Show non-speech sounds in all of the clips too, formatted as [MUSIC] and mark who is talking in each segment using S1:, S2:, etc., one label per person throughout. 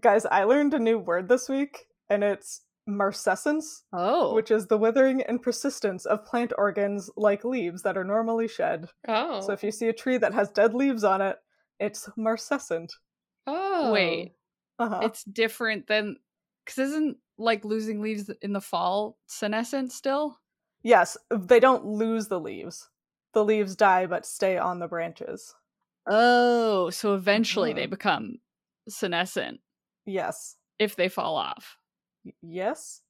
S1: Guys, I learned a new word this week, and it's marcescence,
S2: Oh.
S1: which is the withering and persistence of plant organs like leaves that are normally shed.
S3: Oh.
S1: So if you see a tree that has dead leaves on it, it's marcescent.
S3: oh.
S2: Wait.
S1: Uh-huh.
S2: It's different than because isn't like losing leaves in the fall senescent still?
S1: Yes, they don't lose the leaves. The leaves die but stay on the branches.
S2: Oh, so eventually they
S1: Uh-huh.
S2: become senescent
S1: Yes.
S2: if they fall off. [LAUGHS]
S1: Y- Yes.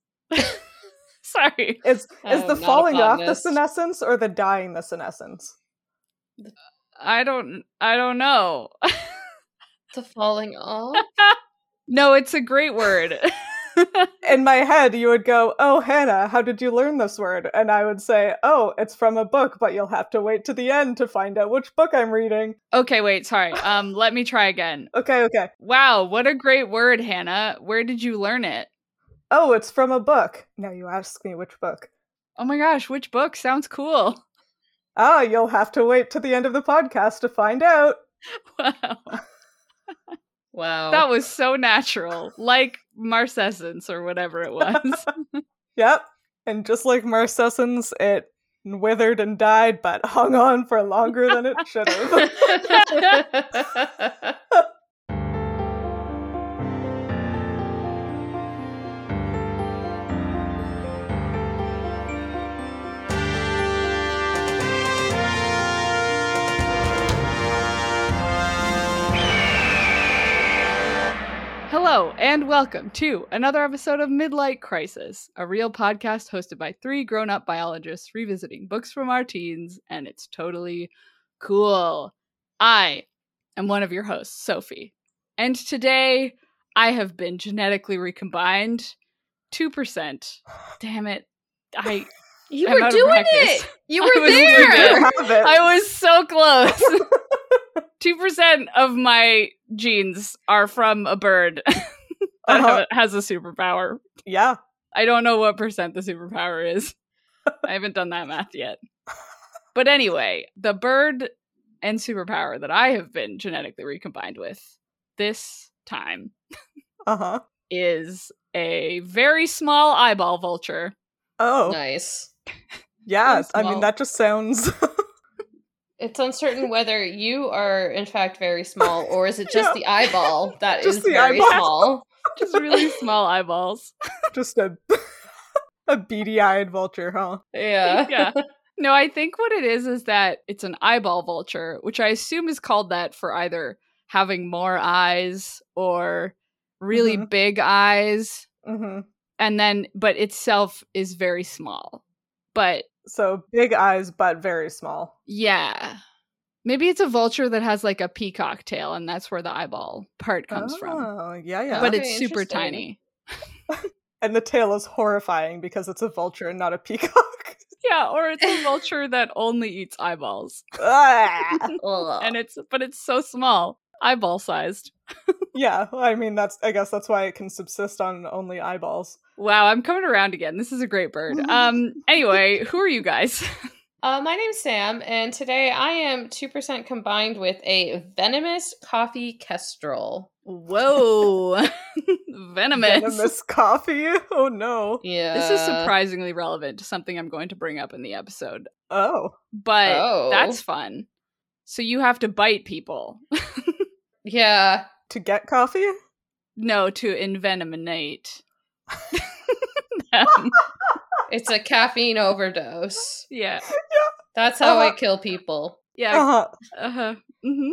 S2: Sorry.
S1: Is
S3: I
S1: is the
S3: am Uh, not a
S1: falling off the
S3: botanist.
S1: senescence or the dying the senescence?
S2: I don't I don't know. [LAUGHS]
S3: The falling off?
S2: no, it's a great word. [LAUGHS]
S1: In my head, you would go, "Oh, Hannah, how did you learn this word?" And I would say, "Oh, it's from a book, but you'll have to wait to the end to find out which book I'm reading."
S2: okay, wait, sorry. Um let me try again.
S1: Okay, okay.
S2: Wow, what a great word, Hannah. Where did you learn it?
S1: Oh, it's from a book. Now you ask me which book.
S2: Oh my gosh, which book sounds cool? [LAUGHS]
S1: Ah, you'll have to wait to the end of the podcast to find out.
S2: Wow.
S3: [LAUGHS] Wow. [LAUGHS]
S2: That was so natural. Like marcescence or whatever it was.
S1: Yep. And just like Marcescens, it withered and died, but hung on for longer than
S2: [LAUGHS]
S1: it should have.
S2: Hello, and welcome to another episode of Midlight Crisis, a real podcast hosted by three grown up biologists revisiting books from our teens, and it's totally cool. I am one of your hosts, Sophie, and today I have been genetically recombined 2%. Damn it. I,
S3: you
S2: I'm out
S3: were
S2: of
S3: doing
S2: practice.
S3: it.
S2: [LAUGHS]
S3: You
S2: I
S3: were
S2: was
S1: [LAUGHS]
S3: there.
S1: you
S3: [LAUGHS]
S2: there.
S1: do have it.
S2: I was so close. 2% of my genes are from a bird [LAUGHS] that
S1: Uh-huh.
S2: has a superpower.
S1: Yeah.
S2: I don't know what percent the superpower is. I haven't done that math yet. But anyway, the bird and superpower that I have been genetically recombined with this time
S1: Uh huh.
S2: is a very small eyeball vulture.
S1: Oh,
S3: Nice.
S1: yeah.
S2: Very
S1: I mean,
S2: small.
S1: that just sounds.
S3: It's uncertain whether you are in fact
S2: [LAUGHS]
S3: very small or is it just
S1: Yeah.
S3: the eyeball that is
S1: Just the
S3: very
S1: eyeball.
S3: small.
S2: Just really
S3: [LAUGHS]
S2: small eyeballs.
S1: just a [LAUGHS] a beady-eyed vulture, huh?
S3: Yeah. [LAUGHS]
S2: yeah. No, I think what it is is that it's an eyeball vulture, which I assume is called that for either having more eyes or really
S3: Mm-hmm.
S1: Mhm.
S2: big eyes.
S1: Mm-hmm.
S2: And then, but itself is very small. But
S1: So big eyes, but very small.
S2: yeah. Maybe it's a vulture that has like a peacock tail, and that's where the eyeball part comes
S1: oh,
S2: from.
S1: yeah, yeah.
S2: But
S3: Okay,
S2: it's super
S3: interesting.
S2: tiny.
S1: and the tail is horrifying because it's a vulture and not a peacock. [LAUGHS]
S2: Yeah, or it's a vulture that only eats eyeballs. [LAUGHS]
S1: Ah.
S3: Ugh.
S2: And it's, but it's so small, eyeball sized.
S1: yeah, I mean that's. I guess that's why it can subsist on only eyeballs.
S2: Wow, I'm coming around again. This is a great bird. Um anyway, who are you guys?
S3: Uh, my name's Sam, and today I am 2% combined with a venomous coffee kestrel.
S2: Whoa. [LAUGHS] Venomous.
S1: Venomous coffee. [LAUGHS] Oh no.
S3: Yeah.
S2: This is surprisingly relevant to something I'm going to bring up in the episode.
S1: Oh.
S2: But
S3: Oh.
S2: that's fun. So you have to bite people. [LAUGHS]
S3: Yeah.
S1: To get coffee?
S2: no, to envenominate. [LAUGHS] them.
S3: It's a caffeine overdose.
S2: Yeah.
S3: That's
S2: Oh,
S3: how I
S1: Uh-huh.
S3: kill people.
S2: Yeah.
S1: Uh-huh.
S2: Uh-huh. hmm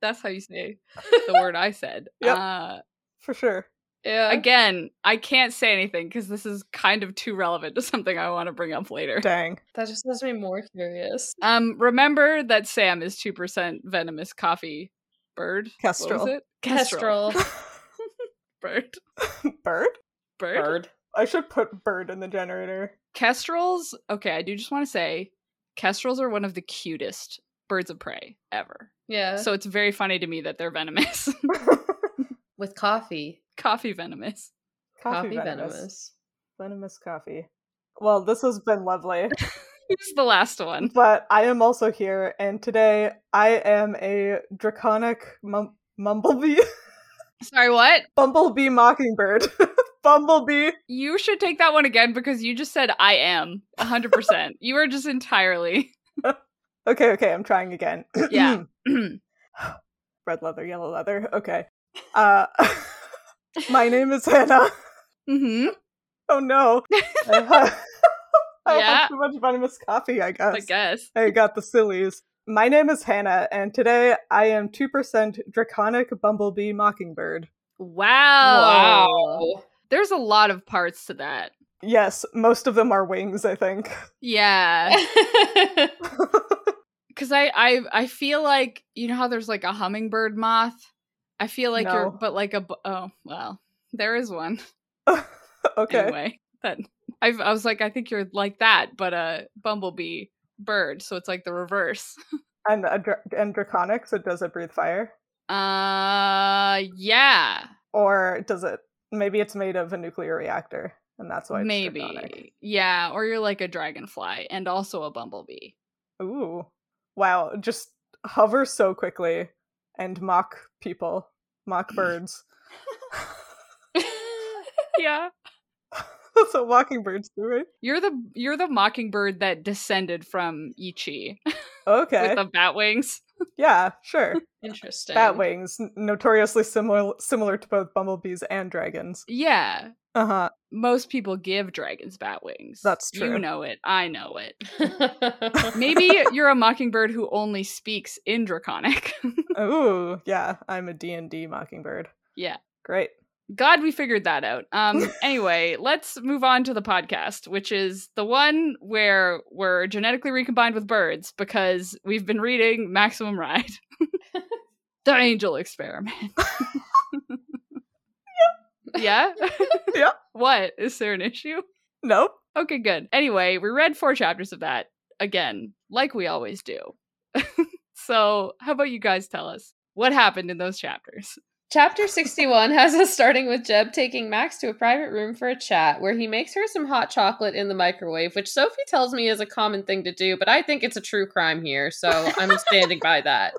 S2: That's how you say
S1: [LAUGHS]
S2: the word I said.
S1: Yep. Uh-huh.
S2: Uh
S1: For sure.
S3: Yeah.
S2: Again, I can't say anything because this is kind of too relevant to something I want to bring up later.
S1: Dang. [LAUGHS]
S3: That just makes me more curious.
S2: Um, remember that Sam is two percent venomous coffee bird. What was
S1: Kestrel.
S2: it?
S3: Kestrel. [LAUGHS]
S2: bird. [LAUGHS]
S1: Bird?
S2: Bird.
S3: Bird.
S1: I should put bird in the generator. [LAUGHS]
S2: Kestrels. Okay, I do just want to say, kestrels are one of the cutest birds of prey ever.
S3: Yeah.
S2: So it's very funny to me that they're venomous, [LAUGHS]
S3: with coffee.
S2: coffee
S1: [LAUGHS]
S2: venomous.
S3: Coffee, venomous.
S1: Venomous coffee. Well, this has been
S2: [LAUGHS]
S1: lovely,
S2: Who's the
S1: [LAUGHS]
S2: last one?
S1: but I am also here, and today I am a draconic mum- mumblebee. [LAUGHS]
S2: Sorry, what?
S1: Bumblebee Mockingbird. [LAUGHS] Bumblebee.
S2: You should take that one again because you just said I am 100%. you are
S1: [LAUGHS]
S2: just entirely.
S1: Okay, okay, I'm trying again.
S2: Yeah.
S1: [CLEARS THROAT]
S2: [CLEARS THROAT]
S1: Red leather, yellow leather. Okay. Uh, [LAUGHS] my name is Hannah. [LAUGHS]
S2: hmm
S1: Oh
S2: [LAUGHS]
S1: no. I had, [LAUGHS] I
S2: Yeah.
S1: had too much venomous coffee, I guess.
S2: [LAUGHS] I guess.
S1: I got the sillies. My name is Hannah, and today I am 2% Draconic Bumblebee Mockingbird.
S2: Wow.
S3: Wow.
S2: There's a lot of parts to that.
S1: Yes, most of them are wings, I think. [LAUGHS]
S2: Yeah.
S3: Oh. [LAUGHS]
S2: because I, I I feel like you know how there's like a hummingbird moth. I feel like you're,
S1: No.
S2: but like a bu- oh well, there is one [LAUGHS]
S1: okay.
S2: anyway. That I I was like I think you're like that, but a bumblebee bird, so it's like the reverse.
S1: And, a dra- and Draconic, so does it breathe fire?
S2: Uh, yeah,
S1: Or does it. Maybe it's made of a nuclear reactor, and that's why it's
S2: maybe,
S1: Draconic.
S2: yeah, or you're like a dragonfly and also
S1: [LAUGHS]
S2: a bumblebee. [LAUGHS]
S1: Ooh. Wow. Just hover so quickly and mock people,
S2: [LAUGHS]
S1: mock birds. [LAUGHS]
S2: Yeah,
S1: That's what mocking birds do, right?
S2: you're the you're the mockingbird that descended from Ichi [LAUGHS]
S1: Okay.
S2: with the bat wings.
S1: yeah, sure.
S3: Interesting.
S1: Bat
S3: [LAUGHS]
S1: wings, n- notoriously similar similar to both bumblebees and dragons.
S2: Yeah,
S1: Uh huh.
S2: most people give dragons bat wings.
S1: That's
S2: You
S1: true.
S2: know it. I know it. Maybe you're a mockingbird who only speaks in [LAUGHS] draconic.
S1: [LAUGHS] Ooh, yeah. I'm a D and D mockingbird.
S2: Yeah.
S1: Great.
S2: God, we figured that out. Um anyway, let's move on to the podcast, which is the one where we're genetically recombined with birds because we've been reading Maximum Ride. [LAUGHS] the Angel Experiment. [LAUGHS] yeah? [LAUGHS]
S1: Yeah.
S2: What? Is there an issue? [LAUGHS]
S1: Nope.
S2: Okay, good. Anyway, we read four chapters of that again, like we always do. [LAUGHS] so, how about you guys tell us what happened in those chapters?
S3: Chapter 61 has us starting with Jeb taking Max to a private room for a chat where he makes her some hot chocolate in the microwave, which Sophie tells me is a common thing to do, but I think it's a true crime here, so I'm standing by that.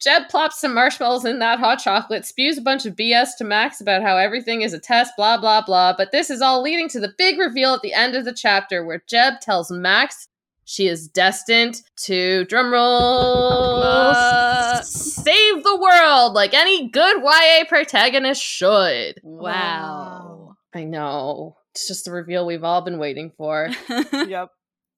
S3: Jeb plops some marshmallows in that hot chocolate, spews a bunch of BS to Max about how everything is a test, blah, blah, blah. But this is all leading to the big reveal at the end of the chapter where Jeb tells Max she is destined to drumroll
S2: Uh,
S3: save the world like any good YA protagonist should.
S1: Wow.
S3: I know. It's just the reveal we've all been waiting for.
S2: [LAUGHS]
S1: [LAUGHS] Yep.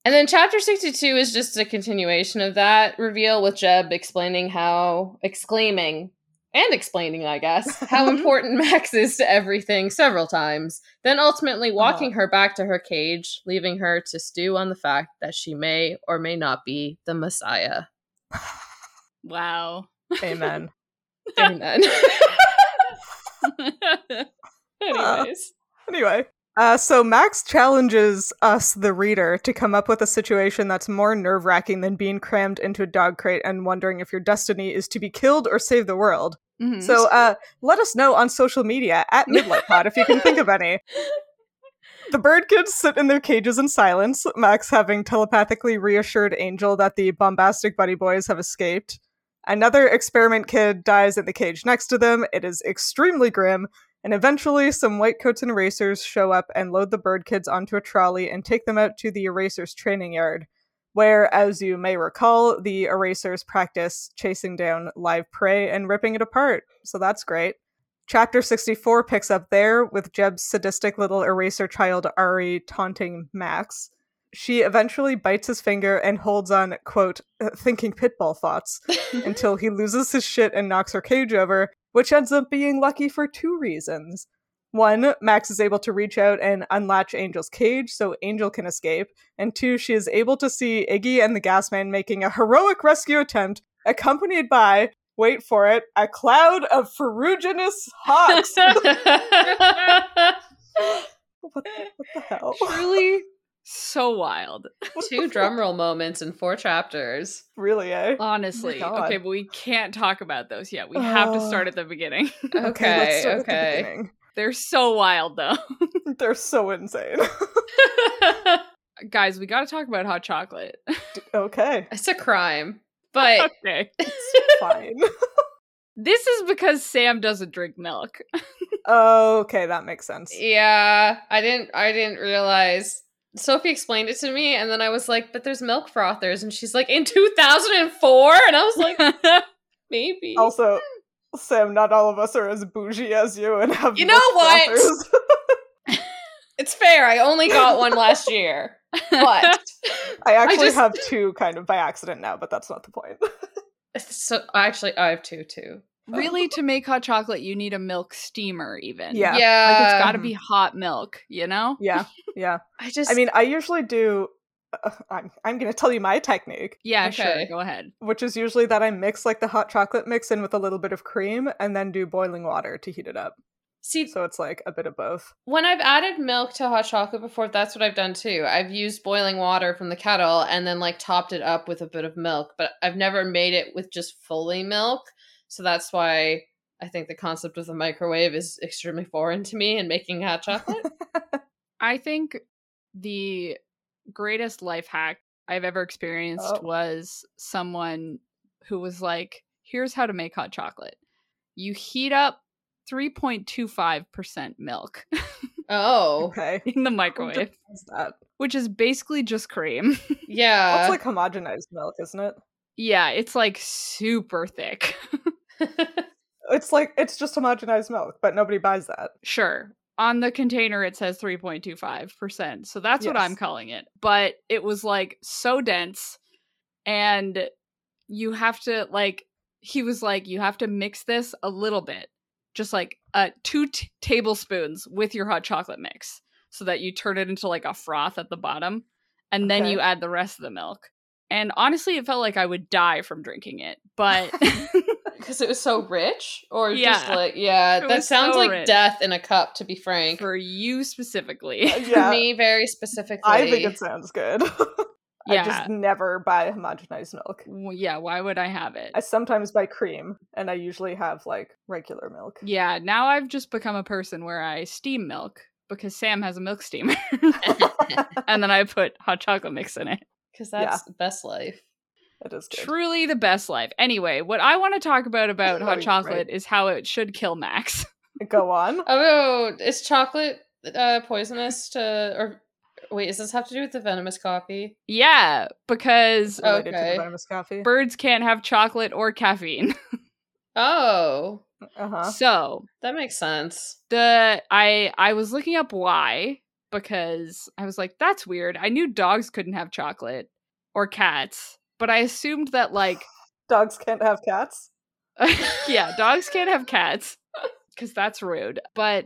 S3: And then chapter 62 is just a continuation of that reveal with Jeb explaining how, exclaiming, and explaining, I guess, how important Max is to everything several times, then ultimately walking her back to her cage, leaving her to stew on the fact that she may or may not be the Messiah.
S2: wow. [LAUGHS]
S1: Amen.
S3: Amen.
S1: Anyways. anyway. Uh, so Max challenges us, the reader, to come up with a situation that's more nerve wracking than being crammed into a dog crate and wondering if your destiny is to be killed or save the world.
S2: Mhm.
S1: So uh, let us know on social media at Midlight Pod if you can think of any. The bird kids sit in their cages in silence, Max having telepathically reassured Angel that the bombastic buddy boys have escaped. Another experiment kid dies in the cage next to them. It is extremely grim, and eventually some white coats and erasers show up and load the bird kids onto a trolley and take them out to the erasers training yard, where, as you may recall, the erasers practice chasing down live prey and ripping it apart. So that's great. Chapter 64 picks up there with Jeb's sadistic little eraser child Ari taunting Max. She eventually bites his finger and holds on, quote, thinking pitbull thoughts until he loses his shit and knocks her cage over, which ends up being lucky for two reasons. One, Max is able to reach out and unlatch Angel's cage so Angel can escape. And two, she is able to see Iggy and the gas man making a heroic rescue attempt, accompanied by, wait for it, a cloud of ferruginous
S3: [LAUGHS]
S1: hawks. what, the, what the hell? [LAUGHS]
S2: truly [LAUGHS] so wild.
S3: Two drumroll moments in four chapters.
S1: Really, eh?
S2: Honestly.
S1: God.
S2: okay, but we can't talk about those yet. We have to
S1: Oh.
S2: start at the beginning. [LAUGHS]
S3: Okay,
S1: let's start at the
S3: okay.
S1: beginning. [LAUGHS]
S2: They're so wild though. [LAUGHS]
S1: They're so insane. [LAUGHS]
S2: Guys, we got to talk about hot chocolate. [LAUGHS]
S1: okay,
S3: [LAUGHS] it's a crime. But
S2: okay.
S1: fine.
S2: This is because Sam doesn't
S1: [LAUGHS]
S2: drink milk.
S1: Okay, that makes sense.
S3: Yeah, I didn't. I didn't realize. Sophie explained it to me, and then I was like, "But there's milk frothers," and she's like, "In 2004," and I was like, "Maybe." [LAUGHS]
S1: Also, Sam, not all of us are as bougie as you and have
S3: You
S1: milk
S3: know what?
S1: frothers.
S3: it's fair. I only got one last year, but
S1: [LAUGHS] I actually
S3: just-
S1: have two kind of by accident now, but that's not the point. [LAUGHS]
S3: so actually, I have two too.
S2: really, to make hot chocolate, you need a milk steamer, even.
S1: Yeah.
S3: Yeah,
S2: Like, it's got to
S1: Mhm.
S2: be hot milk, you know?
S1: yeah, yeah.
S3: I just.
S1: I mean, I usually do. Uh, I'm I'm gonna tell you my technique,
S2: Yeah,
S3: Okay.
S2: sure. Go ahead.
S1: which is usually that I mix like the hot chocolate mix in with a little bit of cream, and then do boiling water to heat it up.
S3: see,
S1: So it's like a bit of both. [LAUGHS]
S3: When I've added milk to hot chocolate before, that's what I've done too. I've used boiling water from the kettle and then like topped it up with a bit of milk, but I've never made it with just fully milk. So that's why I think the concept of the microwave is extremely foreign to me in making hot [LAUGHS] chocolate.
S2: Oh. I think the greatest life hack I've ever experienced
S1: Oh.
S2: was someone who was like, here's how to make hot chocolate. You heat up 3.25% milk [LAUGHS]
S3: oh,
S1: Okay.
S2: in the
S1: Who
S2: [LAUGHS] microwave,
S1: [LAUGHS] does that?
S2: which is basically just cream. [LAUGHS] Uh,
S1: That's
S3: yeah.
S1: like homogenized milk, isn't it?
S2: yeah, it's like super thick.
S3: [LAUGHS]
S1: It's like it's just homogenized milk, but nobody buys
S2: [LAUGHS]
S1: that.
S2: sure on the container it says 3.25% so that's what
S1: Yes.
S2: i'm calling it but it was like so dense and you have to like he was like you have to mix this a little bit just like uh two t- tablespoons with your hot chocolate mix so that you turn it into like a froth at the bottom and then
S1: Okay.
S2: you add the rest of the milk and honestly it felt like i would die from drinking it
S1: [LAUGHS]
S2: but
S3: Because it was so rich, or just
S2: Yeah.
S3: like, yeah,
S2: It
S3: that
S2: was
S3: sounds
S2: so
S3: like
S2: rich.
S3: death in a cup, to be frank. For
S2: for you specifically
S1: Yeah,
S3: me, very specifically.
S1: I think it sounds good. [LAUGHS] I
S2: yeah
S1: just never buy homogenized milk.
S2: W- yeah why would i have it
S1: I sometimes buy cream, and I usually have like regular milk.
S2: Yeah, now I've just become a person where I steam milk because Sam has a milk
S1: [LAUGHS]
S2: steamer. [LAUGHS] and then I put hot chocolate mix in it.
S3: Because
S1: Yeah.
S3: that's the best life.
S1: [LAUGHS] It is good.
S2: Truly the best life. Anyway, what I want to talk about about
S1: Oh,
S2: hot chocolate
S1: right.
S2: is how it should kill Max. [LAUGHS]
S1: Go on.
S3: Oh, is chocolate uh, poisonous to or wait? Does this have to do with the venomous coffee?
S2: yeah, because
S1: Related to
S3: Okay.
S1: the venomous coffee.
S2: birds can't have chocolate or caffeine.
S3: Oh,
S1: Uh huh.
S2: So,
S3: that
S1: [LAUGHS]
S3: makes sense.
S2: the i i was looking up why because i was like that's weird i knew dogs couldn't have chocolate or cats but i assumed that like
S1: Dogs can't have cats.
S2: yeah dogs can't have cats because that's rude but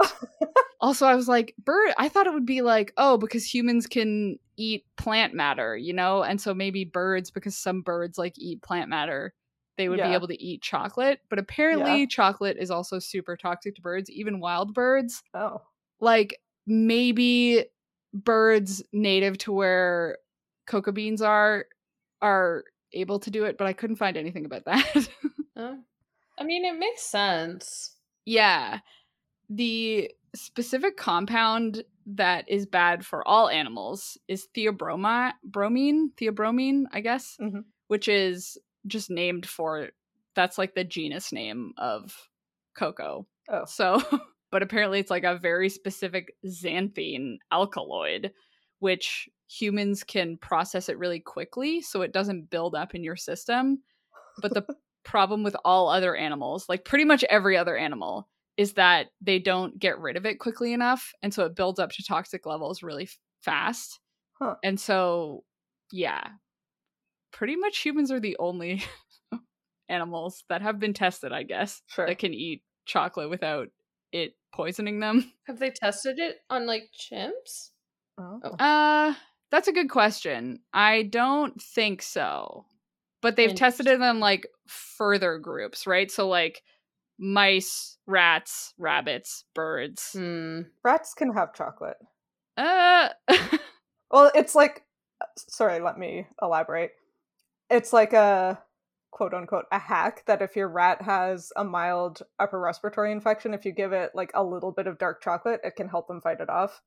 S2: also i was like bird i thought it would be like oh because humans can eat plant matter you know and so maybe birds because some birds like eat plant matter they would be
S1: Yeah.
S2: able to eat chocolate but apparently chocolate is also super toxic to birds even wild birds
S1: Oh.
S2: like maybe birds native to where cocoa beans are are able to do it, but I couldn't find anything about that.
S3: Oh. I mean, it makes sense.
S2: yeah. The specific compound that is bad for all animals is theobroma bromine, theobromine, I guess,
S1: Mhm.
S2: which is just named for that's like the genus name of cocoa.
S1: Oh.
S2: So, [LAUGHS] but apparently it's like a very specific xanthine alkaloid, which humans can process it really quickly so it doesn't build up in your system.
S1: [LAUGHS]
S2: But the problem with all other animals, like pretty much every other animal, is that they don't get rid of it quickly enough. And so it builds up to toxic levels really f- fast.
S1: Huh.
S2: And so, yeah, pretty much humans are the only [LAUGHS] animals that have been tested, I guess,
S1: Sure.
S2: that can eat chocolate without it poisoning them? [LAUGHS]
S3: Have they tested it on like chimps?
S1: Oh.
S3: Oh.
S2: Uh, that's a good question. I don't think so. But they've tested it on
S3: Interesting.
S2: like further groups, right? So like mice, rats, rabbits, birds.
S3: Hmm.
S1: Rats can have chocolate.
S2: Uh [LAUGHS]
S1: Well, it's like. Sorry, let me elaborate. It's like a quote unquote a hack that if your rat has a mild upper respiratory infection, if you give it like a little bit of dark chocolate, it can help them fight it off.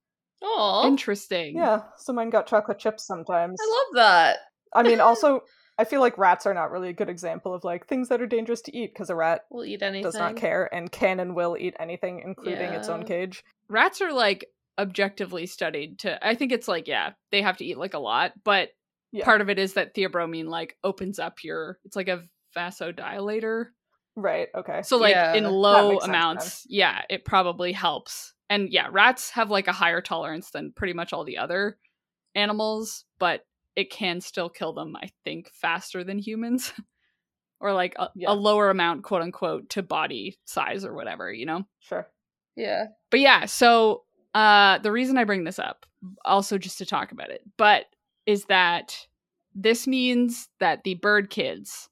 S3: Oh,
S2: interesting.
S1: Yeah, so mine got chocolate chips sometimes.
S3: I love that.
S1: I mean, also, I feel like rats are not really a good example of like things that are dangerous to eat because a rat
S3: We'll eat anything.
S1: does not care and can and will eat anything, including its own
S3: Yeah.
S1: cage.
S2: rats are like objectively studied to i think it's like yeah they have to eat like a lot but
S1: Yeah.
S2: part of it is that theobromine like opens up your it's like a vasodilator
S1: Right. Okay.
S2: so like
S3: Yeah,
S2: in
S3: that
S2: low
S1: makes sense
S2: amounts yeah it probably helps and yeah rats have like a higher tolerance than pretty much all the other animals but it can still kill them i think faster than humans [LAUGHS] or like a,
S1: Yeah.
S2: a lower amount quote unquote to body size or whatever you know
S1: sure.
S3: Yeah.
S2: but yeah, so uh the reason I bring this up, also just to talk about it, but is that this means that the bird kids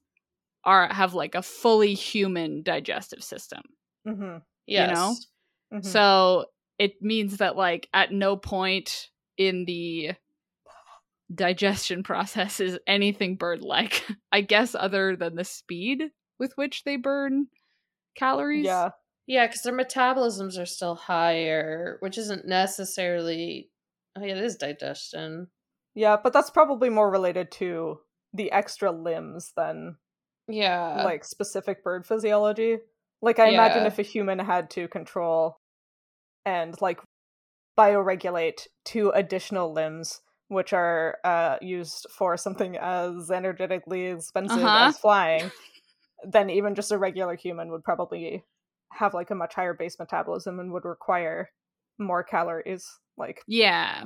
S2: are have like a fully human digestive system.
S1: Mm-hmm.
S3: Yes.
S2: know? So it means that like at no point in the digestion [LAUGHS] process is anything bird like. [LAUGHS] I guess other than the speed with which they burn calories.
S1: yeah.
S3: Yeah, because their metabolisms are still higher, which isn't necessarily. Oh, yeah, it is digestion.
S1: Yeah, but that's probably more related to the extra limbs than
S2: Uh,
S3: Yeah.
S1: like specific bird physiology. Like I imagine
S3: Yeah.
S1: if a human had to control and like bioregulate two additional limbs which are uh, used for something as energetically expensive
S2: Uh-huh.
S1: as flying, then even just a regular human would probably have like a much higher base metabolism and would require more calories. Like
S2: Yeah.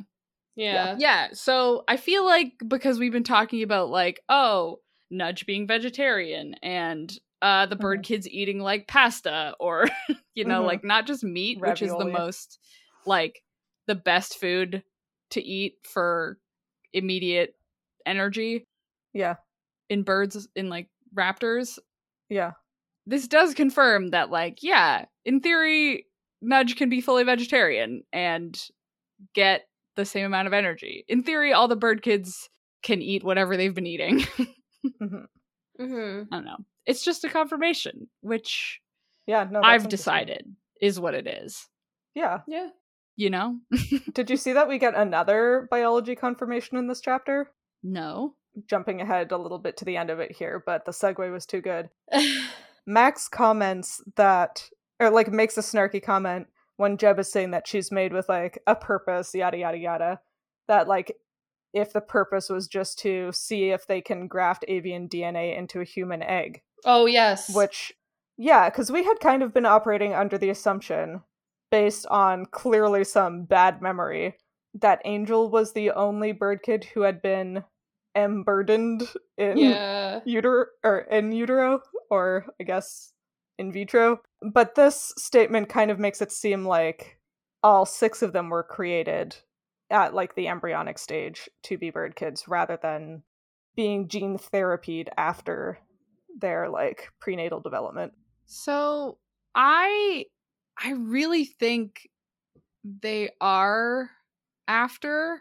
S3: yeah.
S2: Yeah. So I feel like because we've been talking about like, oh, Nudge being vegetarian and uh the bird kids eating like pasta or [LAUGHS] you know,
S1: Mhm.
S2: like not just meat, which is the
S1: Ravioli.
S2: most like the best food to eat for immediate energy
S1: yeah,
S2: in birds in like raptors.
S1: yeah.
S2: This does confirm that like, yeah, in theory, Nudge can be fully vegetarian and get the same amount of energy. In theory, all the bird kids can eat whatever they've been eating. [LAUGHS]
S1: hmm
S3: Mm-hmm.
S2: I don't know. It's just a confirmation, which
S1: Yeah, no. Oh, that's
S2: I've
S1: interesting.
S2: decided is what it is.
S1: Yeah.
S3: Yeah.
S2: You know?
S1: Did you see that we get another biology confirmation in this chapter?
S2: no.
S1: Jumping ahead a little bit to the end of it here, but the segue was too good.
S3: [LAUGHS]
S1: Max comments that, or like makes a snarky comment when Jeb is saying that she's made with like a purpose, yada, yada, yada. That like, if the purpose was just to see if they can graft avian DNA into a human egg,
S3: oh, yes.
S1: [LAUGHS] which yeah because we had kind of been operating under the assumption based on clearly some bad memory that angel was the only bird kid who had been emburdened in
S3: Yeah.
S1: utero or in utero or i guess in vitro but this statement kind of makes it seem like all six of them were created at like the embryonic stage to be bird kids rather than being gene therapied after their like prenatal development
S2: So I I really think they are after,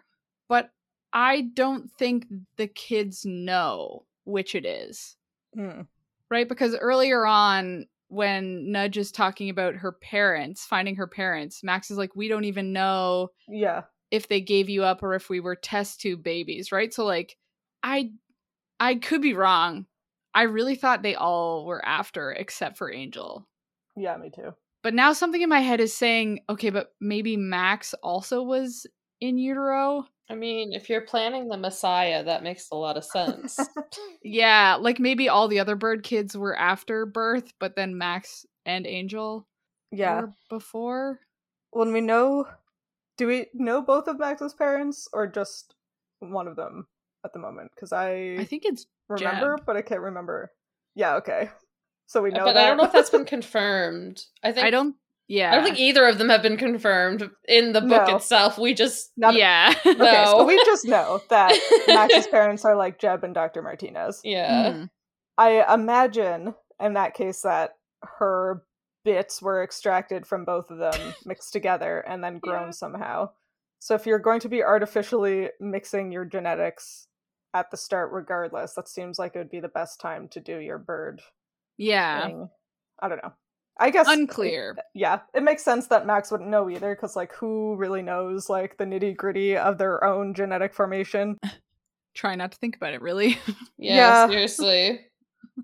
S2: but I don't think the kids know which it is.
S1: Mm.
S2: right? Because earlier on, when Nudge is talking about her parents, finding her parents, Max is like, we don't even know
S1: yeah
S2: if they gave you up or if we were test tube babies, right? So like, I, I could be wrong. I really thought they all were after except for Angel.
S1: yeah me too
S2: But now something in my head is saying, okay, but maybe Max also was in utero.
S3: I mean, if you're planning the Messiah, that makes a lot of sense.
S2: Yeah, like maybe all the other bird kids were after birth, but then Max and Angel
S1: yeah
S2: were before.
S1: when we know do we know both of max's parents or just one of them at the moment because i,
S2: I think it's
S1: remember but i can't remember yeah okay so [LAUGHS] we know
S3: Uh, but
S1: that.
S3: I don't
S1: [LAUGHS]
S3: know if that's been confirmed. I think
S2: I don't. Yeah.
S3: I don't think either of them have been confirmed in the book
S1: No.
S3: itself. We just
S1: Not
S2: yeah.
S1: [LAUGHS] Okay, so
S3: No.
S1: we just know that
S3: [LAUGHS]
S1: Max's parents are like Jeb and Dr. Martinez.
S3: yeah.
S2: Mhm.
S1: I imagine in that case that her bits were extracted from both of
S3: [LAUGHS]
S1: them, mixed together, and then grown
S2: Yeah.
S1: somehow. So if you're going to be artificially mixing your genetics at the start, regardless, that seems like it would be the best time to do your bird [LAUGHS]
S2: Yeah.
S1: thing. I don't know. I guess
S2: Unclear.
S1: yeah, it makes sense that Max wouldn't know either,
S2: [LAUGHS]
S1: because like who really knows like the nitty gritty of their own genetic formation?
S2: try not to think about it really. [LAUGHS]
S1: Yeah.
S3: Yeah, seriously.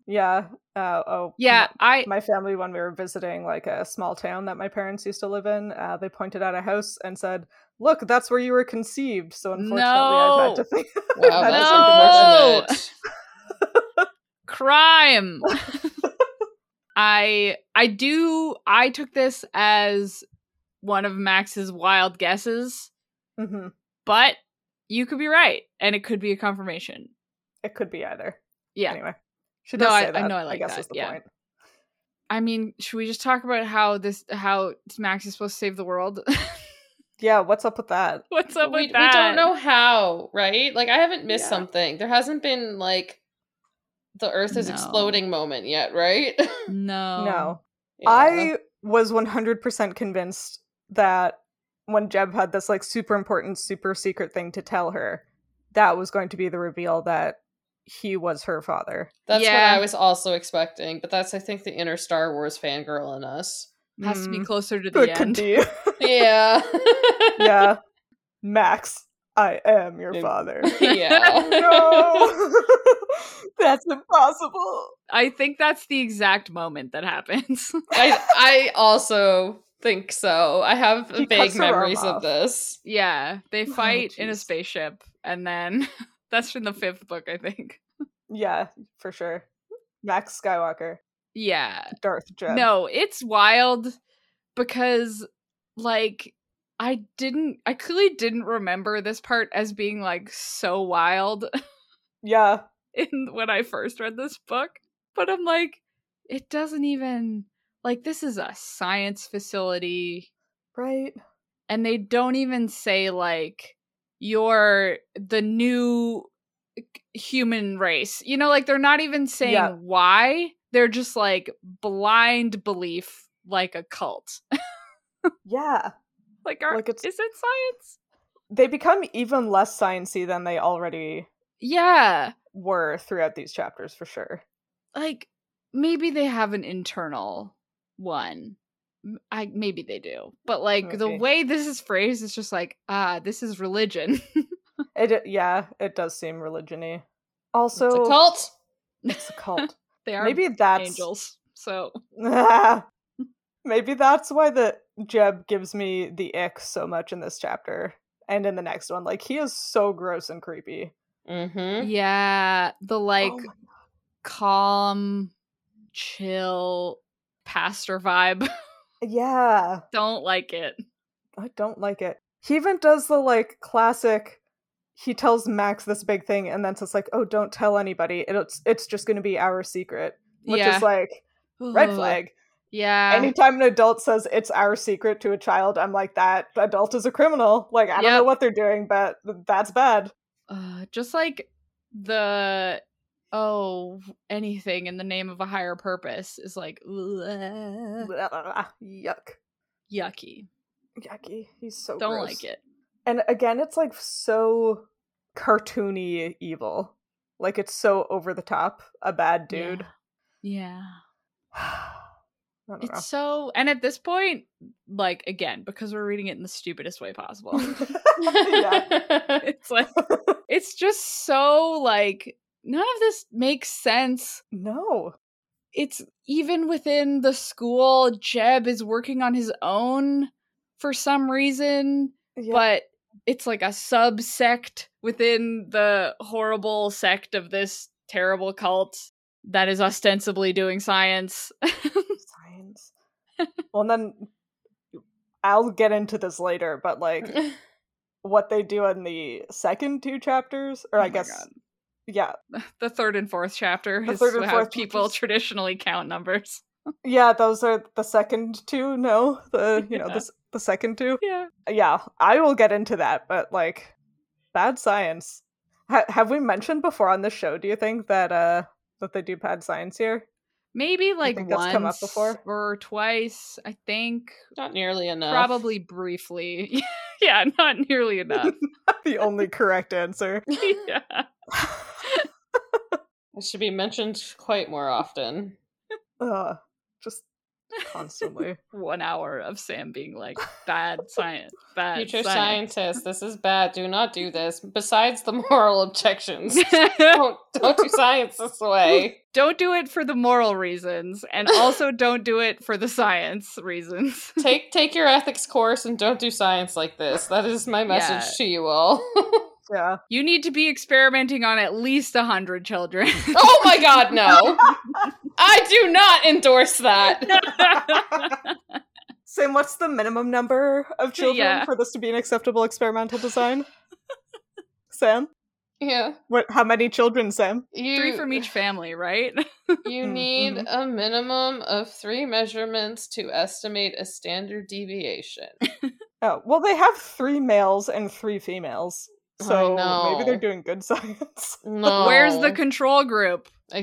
S1: Yeah. Uh, oh.
S2: yeah,
S1: [LAUGHS]
S2: I
S1: My family, when we were visiting like a small town that my parents used to live in, uh, they pointed out a house and said, "Look, that's where you were conceived." So unfortunately, I've had to think. [LAUGHS]
S3: Wow,
S1: [LAUGHS] That
S3: that's
S2: No. [LAUGHS]
S3: unfortunate.
S1: [LAUGHS]
S2: crime. I I do I took this as one of Max's wild guesses,
S1: Mhm.
S2: but you could be right and it could be a confirmation.
S1: It could be either.
S2: Yeah.
S1: Anyway, should
S2: No,
S1: just
S2: I-
S1: say
S2: I
S1: that.
S2: know I like
S1: guess
S2: that,
S1: is the
S2: yeah.
S1: point.
S2: I mean, should we just talk about how this how Max is supposed to save the world? [LAUGHS]
S1: Yeah. What's up with that?
S2: What's up
S3: we,
S2: with that?
S3: we don't know how, right? Like I haven't missed
S2: Yeah.
S3: something. There hasn't been like the Earth is
S2: No.
S3: exploding moment yet, right? [LAUGHS]
S2: No.
S1: no.
S3: Yeah.
S1: I was 100% convinced that when Jeb had this like super important, super secret thing to tell her, that was going to be the reveal that he was her father.
S3: that's
S2: Yeah.
S3: what I was also expecting, but that's I think the inner Star Wars fangirl
S2: [LAUGHS]
S3: in us.
S2: Has to be
S1: Mm,
S2: closer to
S1: It
S2: the
S1: could
S2: end.
S1: be. [LAUGHS]
S2: [LAUGHS]
S3: Yeah.
S1: yeah. Max, I am your
S3: Yeah.
S2: [LAUGHS]
S1: father.
S3: yeah.
S1: no! [LAUGHS] That's impossible.
S2: I think that's the exact moment that happens. [LAUGHS]
S3: I I also think so. I have
S1: He
S3: vague
S1: cuts her arm
S3: memories of
S1: off.
S3: this.
S2: yeah, they
S1: Oh,
S2: fight in a
S1: jeez.
S2: spaceship and then [LAUGHS] that's from the 5th book, I think.
S1: Yeah, for sure. Max Skywalker,
S2: Yeah.
S1: Darth Jeb.
S2: No, it's wild because like I didn't I clearly didn't remember this part as being like so wild
S1: Yeah.
S2: [LAUGHS] in when I first read this book, but I'm like it doesn't even like this is a science facility
S1: Right.
S2: and they don't even say like you're the new eh, human race. You know like they're not even saying
S1: Yeah.
S2: why. They're just like blind belief like a cult. [LAUGHS]
S1: Yeah.
S2: Like, are,
S1: Like, it's-
S2: is it science?
S1: They become even less sciency than they already
S2: Yeah.
S1: were throughout these chapters for sure.
S2: Like, maybe they have an internal one. M- I maybe they do, but like the
S1: Maybe.
S2: way this is phrased is just like, ah, this is religion. [LAUGHS]
S1: It yeah, it does seem religiony. Also,
S3: It's a cult.
S2: [LAUGHS]
S1: It's a cult.
S2: they are
S1: maybe that's
S2: angels. So
S1: [LAUGHS]
S2: [LAUGHS]
S1: maybe that's why the Jeb gives me the ick so much in this chapter and in the next one. Like he is so gross and creepy.
S3: Mm-hmm.
S2: yeah, the like
S1: Hmm? Oh my-
S2: calm, chill pastor vibe. [LAUGHS]
S1: yeah,
S2: Don't like it.
S1: I don't like it. He even does the like classic. He tells Max this big thing, and then it's just like, "Oh, don't tell anybody. It's it's just going to be our secret," which
S2: yeah.
S1: is like red
S2: Ugh.
S1: flag.
S2: Yeah.
S1: Anytime an adult says it's our secret to a child, I'm like, that adult is a criminal. Like, I don't know
S2: Yep.
S1: what they're doing, but that's bad.
S2: uh, just like the oh anything in the name of a higher purpose is like bleh,
S1: Yuck.
S2: yucky
S1: Yucky. He's so
S2: don't
S1: gross.
S2: like it
S1: And again, it's like so cartoony evil. Like, it's so over the top, a bad dude. [SIGHS]
S2: yeah
S1: I don't
S2: it's so and at this point like again because we're reading it in the stupidest
S1: [LAUGHS]
S2: way possible [LAUGHS] it's like
S1: know.
S2: it's just so like none of this makes sense
S1: no.
S2: it's even within the school jeb is working on his own for some reason
S1: Yeah.
S2: but it's like a subsect within the horrible sect of this terrible cult that is ostensibly doing science.
S1: Science. well, and then mm, I'll get into this later, but
S2: [LAUGHS]
S1: like, what they do in the second two chapters, or
S2: [LAUGHS] Oh
S1: I
S2: my
S1: guess, yeah,
S2: God. the third and fourth chapter
S1: The
S2: is
S1: third and
S2: how
S1: fourth
S2: people
S1: chapters.
S2: traditionally count numbers.
S1: yeah, those are the second two. No, the you know
S2: [LAUGHS] Yeah.
S1: the s- the second two.
S2: Yeah.
S1: [LAUGHS] Yeah, I will get into that, but like, bad science. Ha- have we mentioned before on the show? Do you think that uh that they do bad science here? [LAUGHS]
S2: Maybe like
S1: think
S2: once
S1: that's come up before?
S2: or twice, I think.
S3: Not nearly enough.
S2: Probably briefly. [LAUGHS] yeah, not nearly
S1: [LAUGHS]
S2: enough.
S1: the
S2: [LAUGHS]
S1: only correct answer. [SIGHS]
S2: yeah.
S3: It should be mentioned quite more often.
S1: Ugh, just constantly.
S2: one hour of Sam being like,
S1: [LAUGHS]
S2: bad science, bad
S3: Future
S2: science.
S3: scientists, this is bad. Do not do this. Besides the moral objections, [LAUGHS] don't don't do science this way.
S2: [LAUGHS] don't do it for the moral reasons, and
S1: [LAUGHS]
S2: also don't do it for the science reasons. [LAUGHS]
S3: Take take your ethics course and don't do science like this. That is my message
S2: Yeah.
S3: to you all. [LAUGHS]
S1: yeah.
S2: You need to be experimenting on at least a
S1: [LAUGHS]
S2: 100 children. [LAUGHS]
S3: oh my god, no. I do not endorse that.
S1: Sam, what's the minimum number of children
S2: Yeah.
S1: for this to be an acceptable experimental design? Sam,
S3: Yeah.
S1: what? How many children, Sam?
S3: You,
S2: Three from each family, right?
S3: You
S1: Mm,
S3: need
S1: mhm.
S3: a minimum of three measurements to estimate a standard deviation.
S1: Oh, well, they have three males and three females,
S3: I
S1: so
S3: know.
S1: maybe they're doing good [LAUGHS] science.
S3: No.
S2: Where's the control group? guys?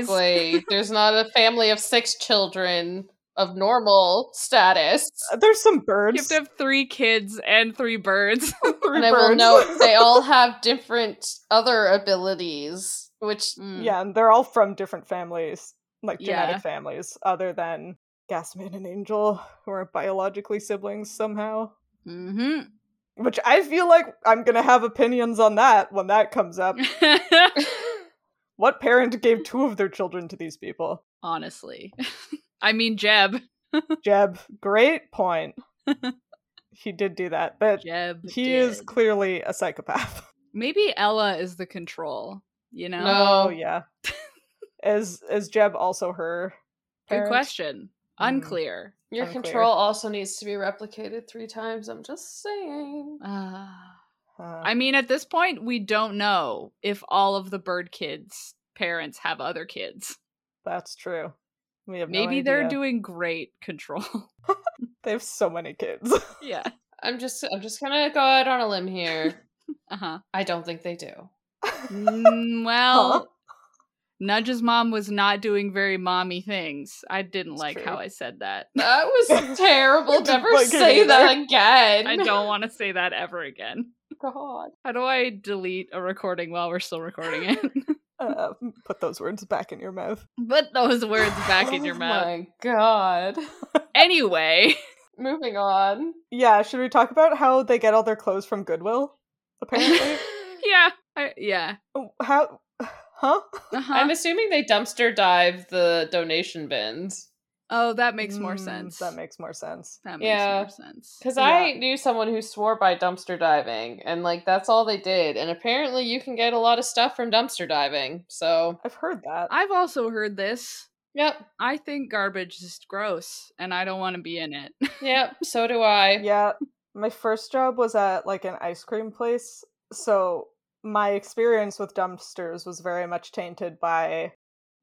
S3: exactly? There's not a family of six children of normal status.
S1: There's some
S2: You
S1: birds.
S2: have to have three kids and three birds. [LAUGHS]
S1: three
S3: And I will
S1: birds.
S3: note they all have different other abilities, which
S2: [LAUGHS] Mm.
S1: yeah, and they're all from different families, like genetic
S2: Yeah.
S1: families, other than Gasman and Angel, who are biologically siblings somehow.
S2: Mhm.
S1: Which I feel like I'm gonna have opinions on that when that comes
S2: [LAUGHS]
S1: up. what parent gave two of their children to these people?
S2: Honestly. [LAUGHS] I mean, Jeb.
S1: Jeb, great point.
S2: [LAUGHS]
S1: he did do that, but
S2: Jeb.
S1: he
S2: did.
S1: is clearly a psychopath. [LAUGHS]
S2: Maybe Ella is the control, you know?
S1: Oh
S3: no.
S2: [LAUGHS]
S1: yeah. is is Jeb also her?
S2: Good
S1: parent?
S2: question.
S1: Mm.
S2: Unclear.
S3: Your
S1: Unclear.
S3: control also needs to be replicated three times. I'm just saying.
S2: Ah.
S1: Uh,
S2: I mean, at this point, we don't know if all of the bird kids' parents have other kids.
S1: that's true. We have no
S2: Maybe they're
S1: idea.
S2: doing great control. [LAUGHS]
S1: They have so many kids. [LAUGHS]
S2: yeah.
S3: I'm just I'm just gonna go out on a
S1: [LAUGHS]
S3: limb here.
S2: Uh huh.
S3: I don't think they do.
S2: Mm, well, Nudge's mom was not doing very mommy things. I didn't
S1: It's
S2: like
S1: true.
S2: how I said that. [LAUGHS]
S3: That
S1: [LAUGHS]
S3: was terrible.
S1: Didn't
S3: Never
S1: like it
S3: say that
S1: either.
S3: again.
S2: I don't want to say that ever again.
S3: [LAUGHS] God.
S2: How do I delete a recording while we're still recording it? [LAUGHS]
S1: uh, put those words back in your mouth.
S2: Put those words back in your
S3: Oh
S2: mouth.
S3: my God. [LAUGHS]
S2: Anyway, [LAUGHS]
S3: Moving on.
S1: Yeah, should we talk about how they get all their clothes from Goodwill?
S3: [LAUGHS]
S2: [LAUGHS]
S1: Apparently. Uh-huh.
S2: yeah, I, yeah.
S1: Oh, how? Huh?
S2: Uh-huh.
S3: I'm assuming they dumpster dive the donation bins.
S2: oh, that makes more
S1: Mm,
S2: sense.
S1: That makes more sense.
S2: That makes
S3: Yeah.
S2: more sense.
S3: Because
S1: Yeah.
S3: I knew someone who swore by dumpster diving, and like that's all they did. And apparently, you can get a lot of stuff from dumpster diving. So,
S1: I've heard that.
S2: I've also heard this.
S3: yep,
S2: I think garbage is gross, and I don't want to be in it. [LAUGHS]
S3: yep, so do I.
S1: yeah, my first job was at like an ice cream place, so my experience with dumpsters was very much tainted by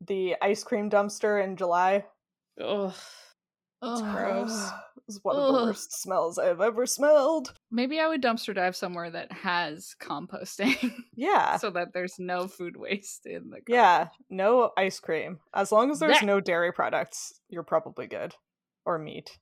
S1: the ice cream dumpster in
S2: [SIGHS]
S1: July.
S3: Ugh.
S2: It's
S3: gross.
S1: it was one of the
S2: Ugh.
S1: worst smells I've ever smelled.
S2: Maybe I would dumpster dive somewhere that has composting [LAUGHS]
S1: Yeah.
S2: so that there's no food waste in the. Garbage.
S1: Yeah, no ice cream. As long as there's
S2: Blech.
S1: no dairy products, you're probably good. Or meat.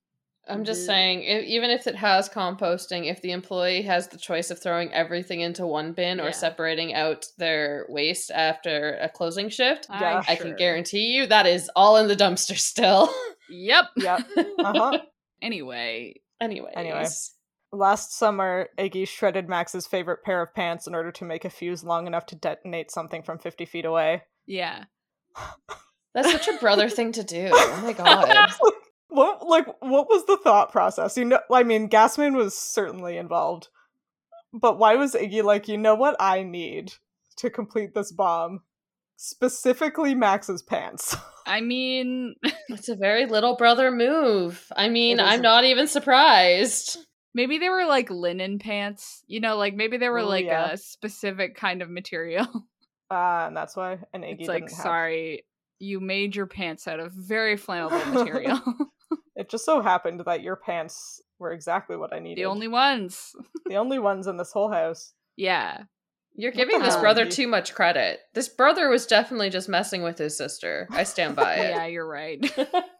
S3: I'm just
S2: Mhm.
S3: saying, if, even if it has composting, if the employee has the choice of throwing everything into one bin
S2: Yeah.
S3: or separating out their waste after a closing shift,
S1: Yeah.
S3: I can
S2: sure-
S3: guarantee you that is all in the dumpster still. [LAUGHS]
S2: Yep. [LAUGHS]
S1: Yep. Uh-huh.
S2: Anyway,
S3: Anyways.
S1: Last summer, Iggy shredded Max's favorite pair of pants in order to make a fuse long enough to detonate something from 50 feet away.
S2: yeah.
S3: That's such a
S1: [LAUGHS]
S3: brother thing to do. Oh my god.
S1: What like what was the thought process? You know, I mean, Gasman was certainly involved, but why was Iggy like, you know what I need to complete this bomb? Specifically, Max's pants. [LAUGHS]
S2: I mean, [LAUGHS]
S3: It's a very little brother move. I mean,
S1: It is
S3: I'm
S1: a-
S3: not even surprised.
S2: maybe they were like linen pants. You know, like maybe they were
S1: Ooh,
S2: like
S1: yeah.
S2: a specific kind of material. [LAUGHS]
S1: Uh, and that's why. And Iggy
S2: it's like,
S1: didn't have-
S2: sorry, you made your pants out of very flammable
S1: [LAUGHS]
S2: material.
S1: It just so happened that your pants were exactly what I needed.
S2: the only ones.
S1: the only ones in this whole house.
S2: Yeah.
S3: You're
S1: What
S3: giving
S1: the
S3: this
S1: hell,
S3: brother
S1: Iggy?
S3: too much credit. This brother was definitely just messing with his sister. I
S1: [LAUGHS]
S3: stand by it.
S2: Yeah, you're right.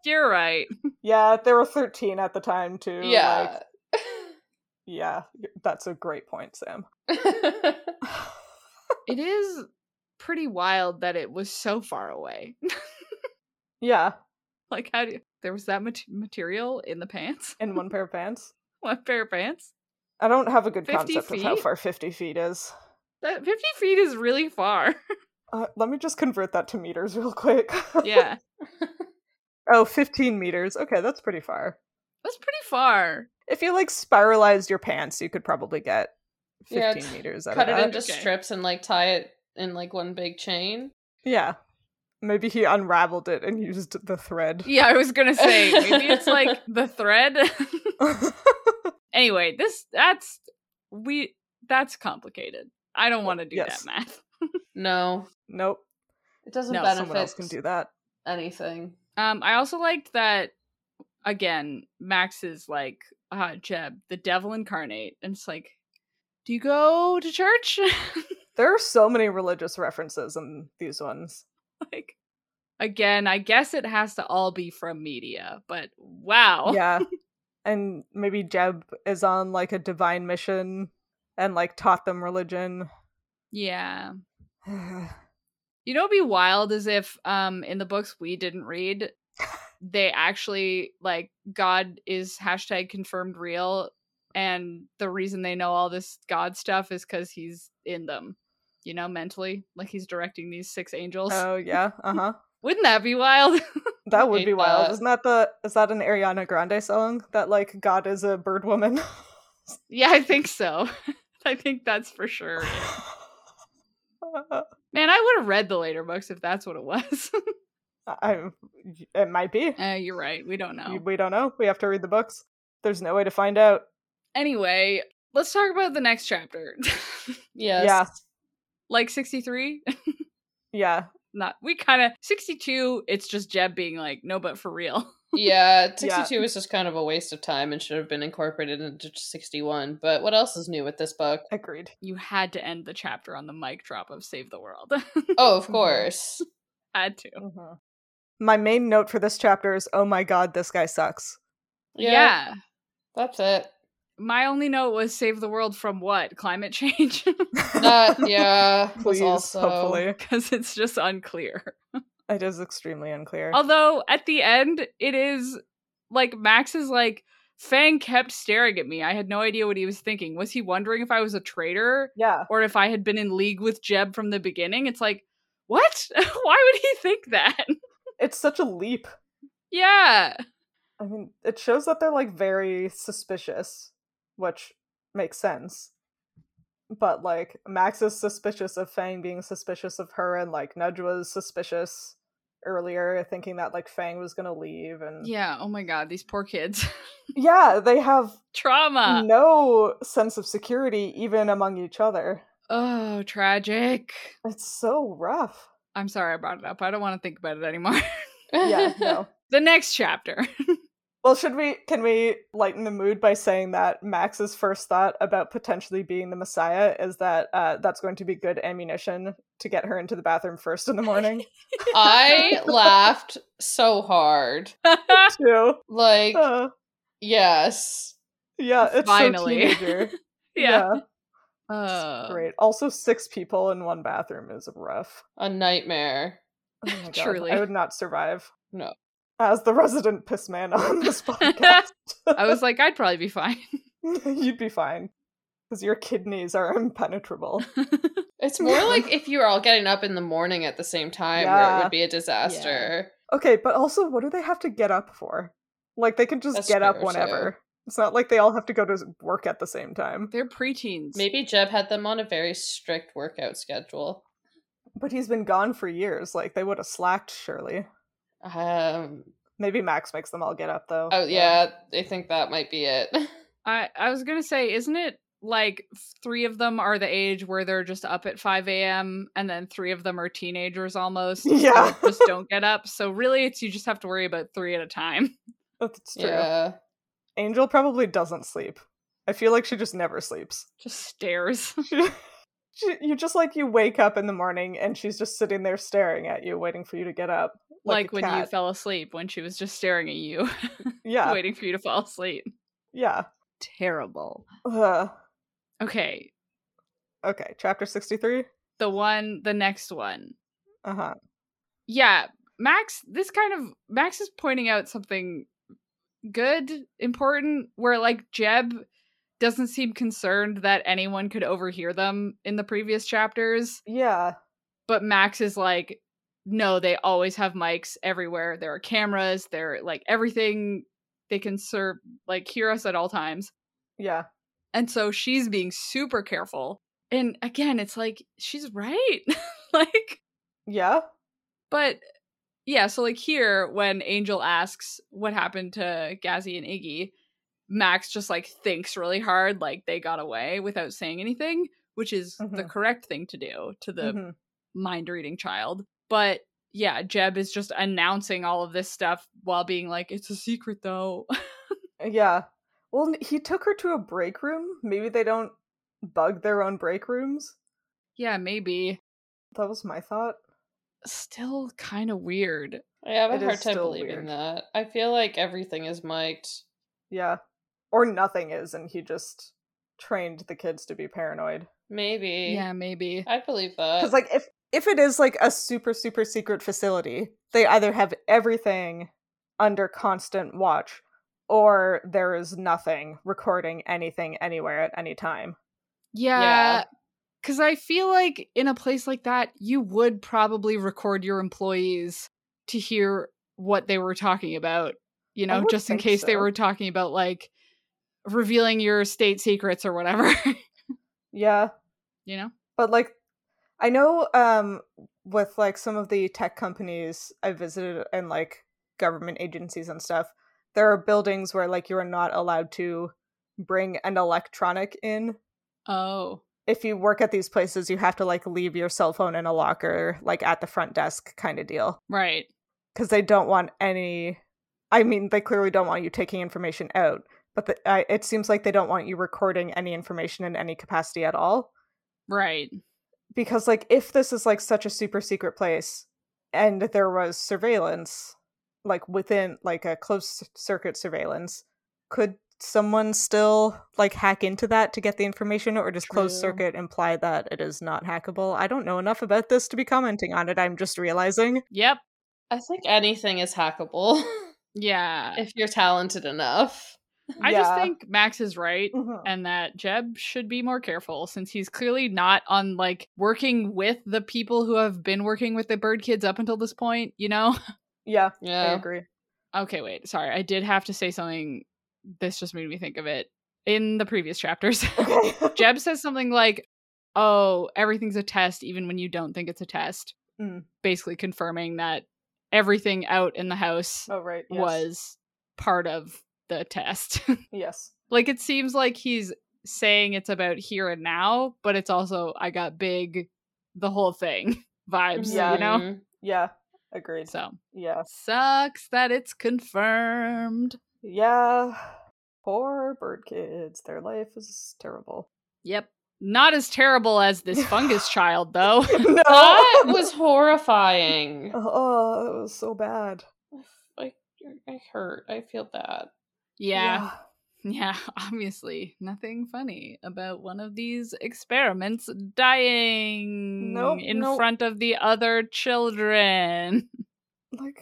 S2: you're right.
S1: Yeah, they were 13 at the time too.
S3: Yeah. [LAUGHS]
S1: like, yeah, that's a great point, Sam. [SIGHS]
S2: It is pretty wild that it was so far away.
S1: yeah.
S2: [LAUGHS] like how do you there was that mat- material in the pants, [LAUGHS]
S1: in one pair of pants.
S2: one pair of pants.
S1: I don't have a good
S2: 50
S1: concept of how
S2: feet?
S1: far 50 feet is.
S2: That fifty feet is really [LAUGHS] far.
S1: Uh, let me just convert that to meters [LAUGHS] real quick.
S2: yeah,
S1: oh, 15 meters. Okay, that's pretty far.
S2: that's pretty far.
S1: If you like spiralized your pants, you could probably get 15
S3: Yeah,
S1: meters out
S3: Cut
S1: of
S3: it
S1: that.
S3: into
S2: Okay.
S3: strips and like tie it in like one big chain.
S1: Yeah. Maybe he unraveled it and used the thread.
S2: Yeah, I was gonna say maybe it's [LAUGHS] like the thread. anyway, this that's we that's complicated. I don't want to do
S1: Yes.
S2: that math.
S3: No,
S1: [LAUGHS] nope.
S3: it doesn't
S2: No,
S1: Someone else can
S3: benefit
S1: do that.
S3: anything.
S2: Um, I also liked that again, Max is like, ah, Jeb, the devil incarnate, and it's like, do you go to church? [LAUGHS]
S1: There are so many religious references in these ones.
S2: [LAUGHS] like again, I guess it has to all be from media, but
S3: Oh.
S2: wow.
S1: Yeah.
S3: [LAUGHS]
S1: And maybe Jeb is on like a divine mission and like taught them religion. [SIGHS]
S3: [SIGHS]
S2: Yeah.
S1: oh,
S2: You know what'd be wild is if um in the books we didn't read, they actually like God is hashtag confirmed real and the reason they know all this God stuff is because he's in them, you know, mentally. Like he's directing these six angels.
S1: yeah. Uh huh.
S2: Wouldn't that be wild? [LAUGHS]
S1: That would
S3: Hate
S1: be wild.
S3: that.
S1: Isn't that the is that an Ariana Grande song that like God is a bird woman? [LAUGHS]
S2: yeah, I think so. [LAUGHS] I think that's for sure. Man, I would have read the later books if that's what it was. [LAUGHS]
S1: I, it might be.
S2: uh, you're right. We don't know.
S1: We don't know. We have to read the books. There's no way to find out.
S2: Anyway, let's talk about the next chapter. [LAUGHS]
S3: Yes.
S1: Yeah.
S2: like 63?
S1: Yeah.
S2: [LAUGHS] Not. We kind of 62, it's just Jeb being like, "No, but for real." [LAUGHS]
S3: Yeah,
S1: [LAUGHS] Yeah.
S3: 62 was just kind of a waste of time and should have been incorporated into 61. But what else is new with this book?
S1: Agreed.
S2: You had to end the chapter on the mic drop of Save the World. [LAUGHS]
S3: Oh, of
S1: Mhm.
S3: [LAUGHS] course.
S2: had to.
S1: Mhm. My main note for this chapter is oh my god, this guy sucks.
S2: Yeah.
S3: That's it.
S1: [LAUGHS]
S2: My only note was Save the World from what? Climate change? [LAUGHS]
S1: [LAUGHS]
S3: That, yeah, was
S1: Please,
S3: also. [LAUGHS]
S1: hopefully.
S2: Because it's just unclear.
S1: It is extremely unclear.
S2: Although at the end, it is like Max is like, Fang kept staring at me. I had no idea what he was thinking. Was he wondering if I was a traitor
S1: yeah.
S2: or if I had been in league with Jeb from the beginning? It's like, what? [LAUGHS] Why would he think that? [LAUGHS]
S1: It's such a leap.
S2: yeah.
S1: I mean, it shows that they're like very suspicious, which makes sense. But like Max is suspicious of Fang being suspicious of her and like Nudge was suspicious earlier thinking that like Fang was going to leave and
S2: Yeah. Oh my God. These poor kids. [LAUGHS]
S1: Yeah, they have
S2: Trauma.
S1: Mm. no sense of security even among each other.
S2: Oh, tragic.
S1: It's so rough.
S2: I'm sorry I brought it up. I don't want to think about it anymore. [LAUGHS]
S3: [LAUGHS]
S1: Yeah, no.
S2: the next chapter. [LAUGHS]
S1: Well, should we can we lighten the mood by saying that Max's first thought about potentially being the Messiah is that uh, that's going to be good ammunition to get her into the bathroom first in the
S2: [LAUGHS]
S1: morning [LAUGHS]
S3: I laughed so hard.
S1: too. [LAUGHS]
S3: Like,
S1: Uh,
S3: yes.
S1: yeah, it's
S2: Finally.
S1: so teenager.
S2: [LAUGHS] yeah.
S1: It's
S2: Uh,
S1: great. Also, six people in one bathroom is rough.
S3: A nightmare.
S1: Oh my God,
S2: Truly.
S1: I would not survive.
S3: No.
S1: As the resident piss man on
S2: [LAUGHS]
S1: this podcast, [LAUGHS]
S2: I was like, I'd probably be fine. [LAUGHS]
S1: you'd be fine because your kidneys are impenetrable.
S3: It's more like if you were all getting up in the morning at the same time, where it
S1: Yeah.
S3: would be a disaster.
S1: Okay, but also, what do they have to get up for? Like, they can just
S3: That's
S1: get up
S3: true, too.
S1: whenever. It's not like they all have to go to work at the same time.
S2: They're preteens.
S3: Maybe Jeb had them on a very strict workout schedule.
S1: But he's been gone for years. Like, they would have slacked, surely.
S3: Um,
S1: Maybe Max makes them all get up, though.
S3: oh, yeah, I think that might be it. [LAUGHS]
S2: I I was gonna say, isn't it like three of them are the age where they're just up at five a.m. and then three of them
S1: [LAUGHS]
S2: are teenagers almost. so
S1: Yeah.
S2: just don't get up. So really, it's you just have to worry about three at a time. [LAUGHS]
S1: That's true.
S3: Yeah.
S1: Angel probably doesn't sleep. I feel like she just never sleeps.
S2: Just stares. [LAUGHS]
S1: She, she, you just like, you wake up in the morning and she's just sitting there staring at you, waiting for you to get up.
S2: Like,
S1: a
S2: when you
S1: cat.
S2: fell asleep, when she was just staring at you, [LAUGHS]
S1: Yeah.
S2: waiting for you to fall asleep.
S1: Yeah.
S2: Terrible.
S1: Ugh.
S2: Okay,
S1: Okay, chapter 63.
S2: the one, the next one.
S1: Uh huh.
S2: Yeah, Max, this kind of Max is pointing out something good, important, where like Jeb doesn't seem concerned that anyone could overhear them in the previous chapters,
S1: Yeah.
S2: but Max is like, no, they always have mics everywhere. There are cameras. They're like everything. They can serve like hear us at all times.
S1: Yeah.
S2: And so she's being super careful. And again, it's like she's right. [LAUGHS] like,
S1: Yeah.
S2: but yeah, so like here when Angel asks what happened to Gazzy and Iggy, Max just like thinks really hard like they got away without saying anything, which is the
S1: Mhm.
S2: correct thing to do to the
S1: Mhm.
S2: mind reading child. But yeah, Jeb is just announcing all of this stuff while being like, it's a secret though. [LAUGHS]
S1: Yeah. Well, n- he took her to a break room. Maybe they don't bug their own break rooms.
S2: yeah, maybe.
S1: That was my thought.
S2: Still kind of weird.
S3: I have a
S1: It
S3: hard
S1: is
S3: time
S1: still
S3: believing
S1: weird.
S3: that. I feel like everything is mic'd.
S1: Yeah. Or nothing is, and he just trained the kids to be paranoid.
S3: Maybe.
S2: Yeah, maybe.
S3: I believe that.
S1: Because like if if it is like a super super secret facility, they either have everything under constant watch, or there is nothing recording anything anywhere at any time.
S2: Yeah. Cause I feel like in a place like that, you would probably record your employees to hear what they were talking about, you know,
S1: would
S2: just in
S1: think
S2: case they
S1: so.
S2: were talking about like revealing your state secrets or whatever, [LAUGHS]
S1: Yeah,
S2: you know?
S1: but like I know um with like some of the tech companies I visited and like government agencies and stuff, there are buildings where like you are not allowed to bring an electronic in
S2: Oh.
S1: if you work at these places you have to like leave your cell phone in a locker like at the front desk kind of deal
S2: Right.
S1: because they don't want any i mean they clearly don't want you taking information out but the, I it seems like they don't want you recording any information in any capacity at all
S2: Right.
S1: because like if this is like such a super secret place and there was surveillance like within like a closed circuit surveillance could someone still like hack into that to get the information or does closed
S2: True.
S1: circuit imply that it is not hackable i don't know enough about this to be commenting on it i'm just realizing
S2: Yep.
S3: I think anything is hackable [LAUGHS]
S2: Yeah.
S3: if you're talented enough.
S2: [LAUGHS] I just
S1: Eh, Yeah.
S2: think Max is right.
S1: Mhm.
S2: and that Jeb should be more careful since he's clearly not on like working with the people who have been working with the bird kids up until this point, you know?
S1: yeah i
S2: uh, [LAUGHS]
S3: Yeah.
S1: agree
S2: Okay, wait, sorry. I did have to say something. This just made me think of it in the previous chapters. [LAUGHS]
S1: okay
S2: Jeb says something like, Oh, everything's a test, even when you don't think it's a test.
S1: Mm.
S2: Basically confirming that everything out in the house
S1: [LAUGHS] oh right yes.
S2: was part of the test. [LAUGHS]
S1: yes
S2: Like it seems like he's saying it's about here and now, but it's also I got big the whole thing [LAUGHS] vibes,
S1: Yeah. mm.
S2: you know?
S1: [LAUGHS]
S3: Mhm.
S1: yeah agreed
S2: So
S1: yeah
S2: sucks that it's confirmed.
S1: yeah poor bird kids their life is terrible
S2: Yep. Not as terrible as this
S1: [LAUGHS]
S2: fungus child though.
S1: no
S3: That was horrifying.
S1: Oh, it was so bad.
S3: I, I hurt. I feel bad.
S2: [LAUGHS] Yeah. Yeah, obviously. Nothing funny about one of these experiments dying
S1: Nope,
S2: in
S1: nope.
S2: front of the other children. [LAUGHS]
S1: Like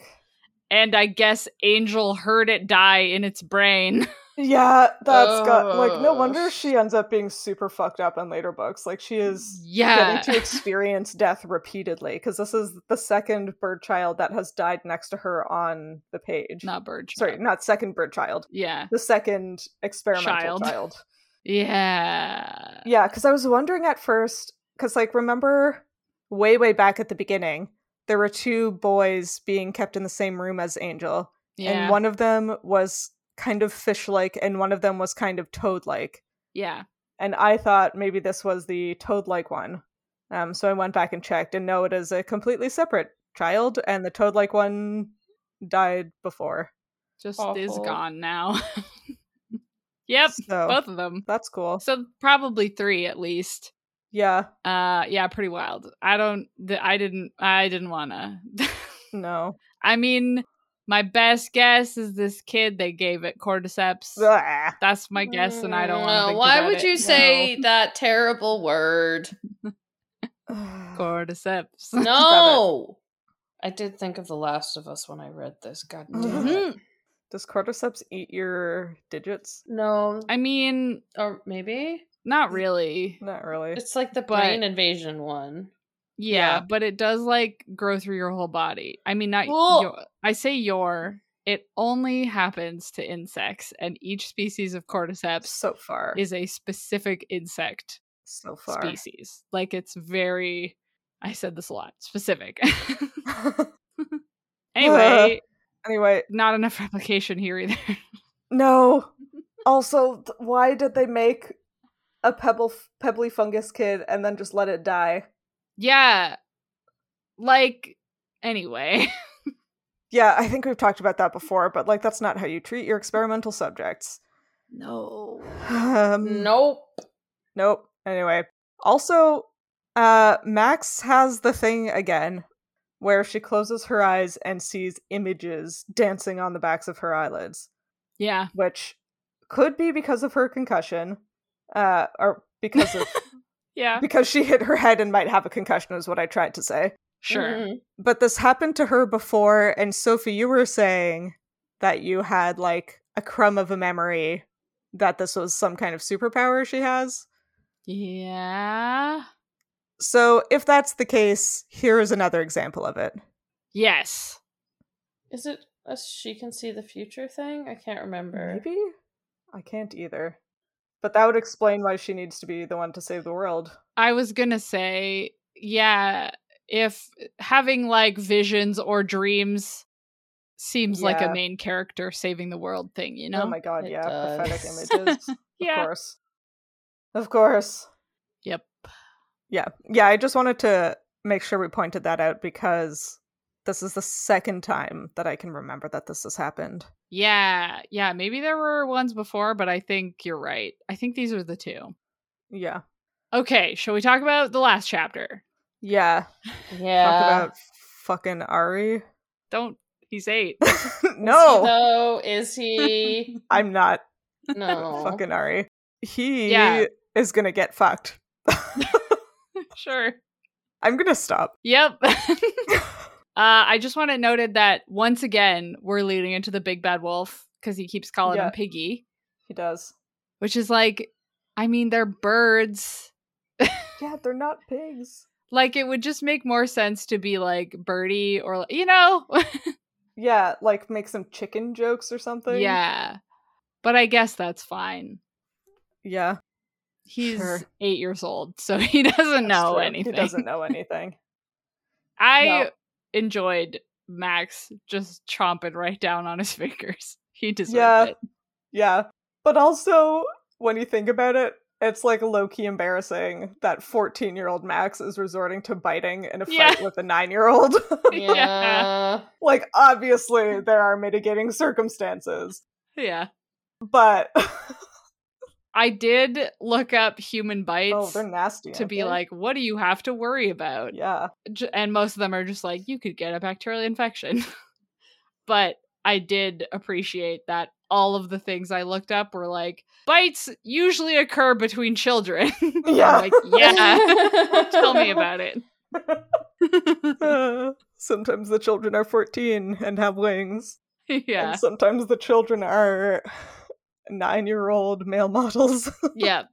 S2: And I guess Angel heard it die in its brain.
S1: yeah, that's got like
S2: Oh,
S1: no
S3: Ugh.
S1: wonder she ends up being super fucked up in later books. Like
S2: [LAUGHS]
S1: she is
S2: yeah. [LAUGHS]
S1: getting to experience death repeatedly because this is the second bird child that has died next to her on the page.
S2: Not bird.
S1: Sorry,
S2: child.
S1: not second bird child.
S2: Yeah.
S1: The second experimental
S2: Child.
S1: child.
S2: Yeah.
S1: Yeah, because I was wondering at first, because like remember way way back at the beginning, there were two boys being kept in the same room as Angel,
S2: Yeah.
S1: and one of them was kind of fish like and one of them was kind of toad like
S2: yeah.
S1: and i thought maybe this was the toad like one um, so i went back and checked and no it is a completely separate child and the toad like one died before
S2: Just is
S3: Awful.
S2: gone now. [LAUGHS] yep.
S1: so
S2: Both of them.
S1: that's cool
S2: So probably three at least.
S1: yeah
S2: Uh yeah, pretty wild. I don't th- I didn't I didn't wanna. [LAUGHS]
S1: no
S2: I mean, my best guess is this kid they gave it
S1: [LAUGHS]
S2: cordyceps.
S1: [SIGHS] Blah.
S2: That's my guess and I don't
S3: Mm,
S2: want to
S3: no,
S2: think
S3: Why
S2: about
S3: would
S2: it.
S3: you
S2: No.
S3: say that terrible word?
S2: [LAUGHS]
S3: [LAUGHS]
S2: cordyceps?
S3: No. I did think of The Last of Us when I read this. God damn it.
S2: Mhm.
S1: Does cordyceps eat your digits?
S3: No,
S2: I mean,
S3: or maybe
S2: not really.
S1: Not really.
S3: it's like the
S2: But-
S3: brain invasion one.
S2: Yeah,
S1: Yeah.
S2: but it does like grow through your whole body. I mean, not
S3: Well-
S2: your. I say your. It only happens to insects, and each species of cordyceps
S1: so far.
S2: is a specific insect
S1: so far.
S2: species. Like it's very. I said this a lot. Specific. [LAUGHS] anyway,
S1: [LAUGHS] anyway,
S2: not enough replication here either. [LAUGHS]
S1: no. Also, th- why did they make a pebble f- pebbly fungus kid and then just let it die?
S2: yeah. Like anyway. [LAUGHS]
S1: Yeah, I think we've talked about that before, but like that's not how you treat your experimental subjects.
S2: No. Mm.
S1: Um,
S3: Nope.
S1: Nope. Anyway, also, uh, Max has the thing again where she closes her eyes and sees images dancing on the backs of her eyelids,
S2: Yeah.
S1: which could be because of her concussion, uh, or because of
S2: Yeah.
S1: because she hit her head and might have a concussion is what I tried to say.
S2: Sure.
S3: Mhm.
S1: But this happened to her before, and Sophie, you were saying that you had like a crumb of a memory that this was some kind of superpower she has.
S2: Yeah.
S1: So, if that's the case, here is another example of it.
S2: Yes.
S3: Is it a she can see the future thing? I can't remember.
S1: Maybe? I can't either. But that would explain why she needs to be the one to save the world. Oh
S2: I was going to say, yeah, if having like visions or dreams seems like
S1: Yeah.
S2: a main character saving the world thing, you know?
S1: Oh my god,
S3: It
S1: yeah,
S3: [LAUGHS] does.
S1: prophetic images. Of
S2: yeah.
S1: course. Of course.
S2: Yep.
S1: Yeah. Yeah, I just wanted to make sure we pointed that out because this is the second time that I can remember that this has happened.
S2: Yeah. Yeah. Maybe there were ones before, but I think you're right. I think these are the two.
S1: Yeah.
S2: Okay. Shall we talk about the last chapter?
S1: Yeah.
S3: Yeah.
S1: Talk about fucking Ari. [LAUGHS]
S2: Don't. He's eight.
S1: no,
S3: So is he?
S2: [LAUGHS]
S1: I'm not
S3: No.
S1: fucking Ari. He
S2: Yeah.
S1: is gonna get fucked.
S2: sure.
S1: I'm gonna stop.
S2: Yep. [LAUGHS] uh, I just want to noted that once again we're leading into the big bad wolf because he keeps calling
S1: Yeah.
S2: him Piggy,
S1: He does.
S2: which is like, I mean, they're birds.
S1: Yeah, they're not pigs.
S2: Like it would just make more sense to be like Birdie or you know, [LAUGHS]
S1: Yeah, like make some chicken jokes or something.
S2: yeah. But I guess that's fine.
S1: Yeah.
S2: He's
S1: Sure.
S2: eight years old, so [LAUGHS] he
S1: that's
S2: doesn't know
S1: true.
S2: anything.
S1: He doesn't know anything.
S2: [LAUGHS] I
S1: No.
S2: enjoyed Max just chomping right down on his [LAUGHS] fingers. He deserved
S1: Yeah.
S2: it.
S1: Yeah. But also, when you think about it, it's like low key embarrassing that 14 year old Max is resorting to biting in a
S2: Yeah.
S1: fight with a nine year old.
S2: Yeah.
S3: Yeah.
S1: [LAUGHS] like, obviously, there are mitigating circumstances,
S2: Yeah.
S1: but [LAUGHS] oh,
S2: I did look up human bites
S1: oh, they're nasty.
S2: to
S1: aren't
S2: be
S1: they?
S2: like, what do you have to worry about?
S1: yeah. [LAUGHS]
S2: J- And most of them are just like, you could get a bacterial infection. [LAUGHS] but I did appreciate that all of the things I looked up were like, bites usually occur between children. [LAUGHS] I'm
S1: Yeah.
S2: like, yeah,
S3: [LAUGHS]
S2: tell me about it. [LAUGHS]
S1: Uh, sometimes the children are 14 and have wings.
S2: yeah.
S1: And sometimes the children are [SIGHS] nine year old male models. [LAUGHS]
S2: Yeah.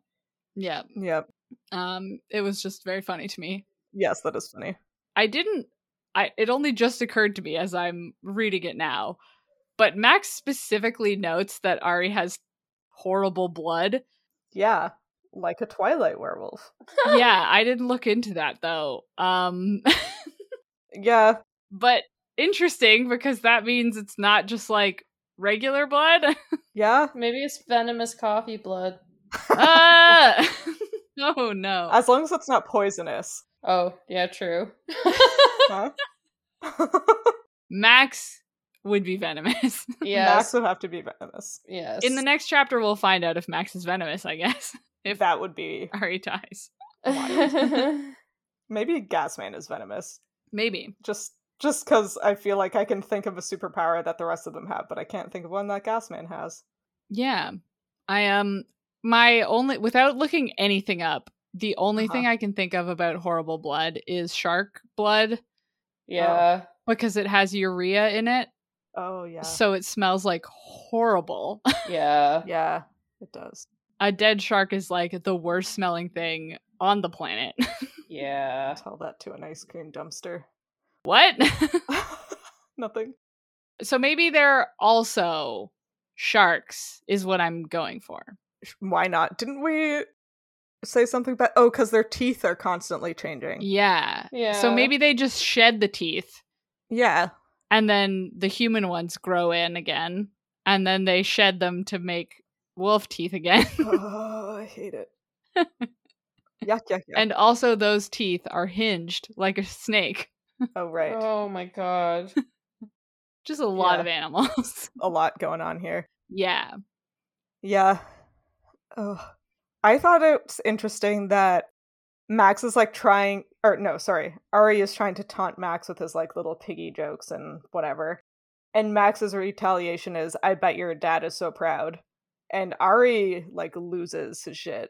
S2: Yeah.
S1: yep.
S2: Um, it was just very funny to me.
S1: Yes, that is funny.
S2: I didn't I it only just occurred to me as I'm reading it now. But Max specifically notes that Ari has horrible blood.
S1: Yeah. Like a Twilight werewolf.
S2: yeah, I didn't look into that though. Um [LAUGHS]
S1: Yeah.
S2: but interesting because that means it's not just like regular blood.
S1: Yeah.
S3: Maybe it's venomous coffee blood.
S2: uh, [LAUGHS] oh no.
S1: As long as it's not poisonous. [LAUGHS]
S3: Oh, yeah, true.
S1: Huh?
S2: Max would be venomous.
S1: Max
S3: yes.
S1: would have to be venomous.
S3: Yes.
S2: In the next chapter we'll find out if Max is venomous, I guess. [LAUGHS] If-
S1: that would be
S2: Ari dies.
S3: [LAUGHS]
S1: maybe Gasman is venomous.
S2: Maybe.
S1: Just just because I feel like I can think of a superpower that the rest of them have, but I can't think of one that Gasman has.
S2: Yeah. I um my only without looking anything up, the only
S1: Uh-huh.
S2: thing I can think of about horrible blood is shark blood
S3: yeah.
S2: because it has urea in it,
S1: Oh yeah.
S2: so it smells like horrible. [LAUGHS]
S1: [LAUGHS]
S3: Yeah.
S1: yeah, it does.
S2: A dead shark is like the worst smelling thing on the planet. [LAUGHS]
S3: Yeah.
S1: Tell that to an ice cream dumpster. [LAUGHS]
S2: what? [LAUGHS]
S1: Nothing.
S2: so maybe they're also sharks is what I'm going for.
S1: Sh- Why not? Didn't we say something about oh, because their teeth are constantly changing.
S2: Yeah.
S3: Yeah.
S2: So maybe they just shed the teeth [LAUGHS]
S1: yeah.
S2: and then the human ones grow in again and then they shed them to make wolf teeth again.
S1: [LAUGHS] oh, I hate it. yuck, yuck, yuck.
S2: [LAUGHS] and also those teeth are hinged like a snake.
S1: oh, right.
S3: Oh my god.
S2: Just a lot
S1: Yeah.
S2: of animals. [LAUGHS]
S1: A lot going on here.
S2: yeah.
S1: Yeah. Ugh. I thought it's interesting that Max is like trying, or no, sorry, Ari is trying to taunt Max with his like little piggy jokes and whatever. And Max's retaliation is, I bet your dad is so proud. And Ari like loses his shit.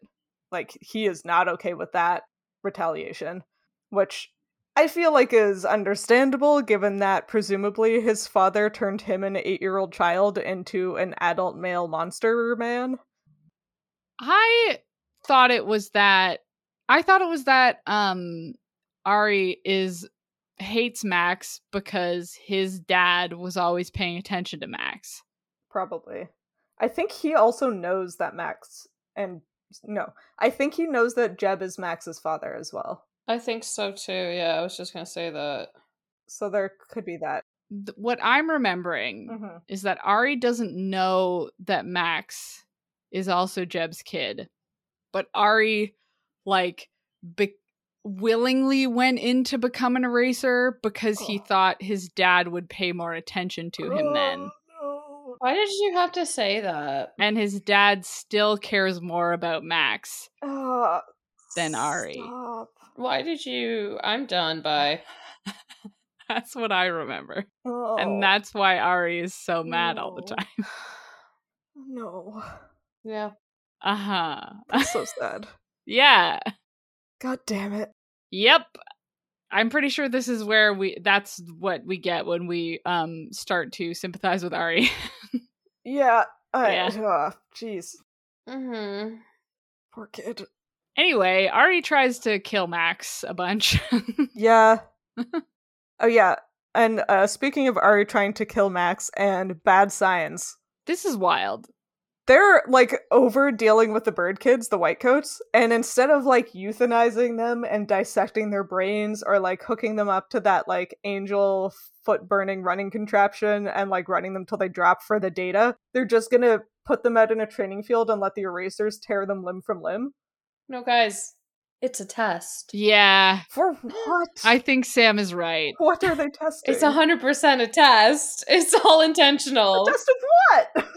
S1: Like he is not okay with that retaliation, which I feel like is understandable given that presumably his father turned him, an eight year old child, into an adult male monster man.
S2: I thought it was that I thought it was that um Ari is hates Max because his dad was always paying attention to Max.
S1: Probably. I think he also knows that Max and no, I think he knows that Jeb is Max's father as well.
S3: I think so too. Yeah, I was just gonna say that.
S1: So there could be that.
S2: Th- what I'm remembering
S1: Mm-hmm.
S2: is that Ari doesn't know that Max is also Jeb's kid, but Ari like be- willingly went into becoming a racer because he
S1: Oh.
S2: thought his dad would pay more attention to him then.
S1: Oh,
S3: Why did you have to say that?
S2: and his dad still cares more about Max. [LAUGHS] Then Ari.
S1: Ah, Stop.
S3: Why did you? I'm done. Bye.
S2: That's what I remember.
S1: Oh,
S2: And that's why Ari is so mad all the
S1: No.
S2: time.
S1: [SIGHS]
S2: [LAUGHS]
S1: no.
S3: Yeah.
S2: Uh huh.
S1: That's so sad.
S2: [LAUGHS] yeah.
S1: God damn it.
S2: Yep. I'm pretty sure this is where we that's what we get when we um start to sympathize with Ari. [LAUGHS]
S1: Yeah. I,
S2: Yeah.
S1: ugh, Jeez.
S3: Mm-hmm.
S1: Poor kid.
S2: anyway, Ari tries to kill Max a bunch. [LAUGHS]
S1: Yeah. oh yeah. And uh, speaking of Ari trying to kill Max and bad signs,
S2: this is wild.
S1: they're like over dealing with the bird kids, the white coats, and instead of like euthanizing them and dissecting their brains or like hooking them up to that like angel foot burning running contraption and like running them till they drop for the data, they're just gonna put them out in a training field and let the erasers tear them limb from limb.
S3: No, guys, it's a test.
S2: Yeah.
S1: For what?
S2: I think Sam is right.
S1: what are they testing?
S3: It's a hundred percent a test. [LAUGHS] It's all
S1: A
S3: intentional
S1: test of
S2: [LAUGHS]
S1: what?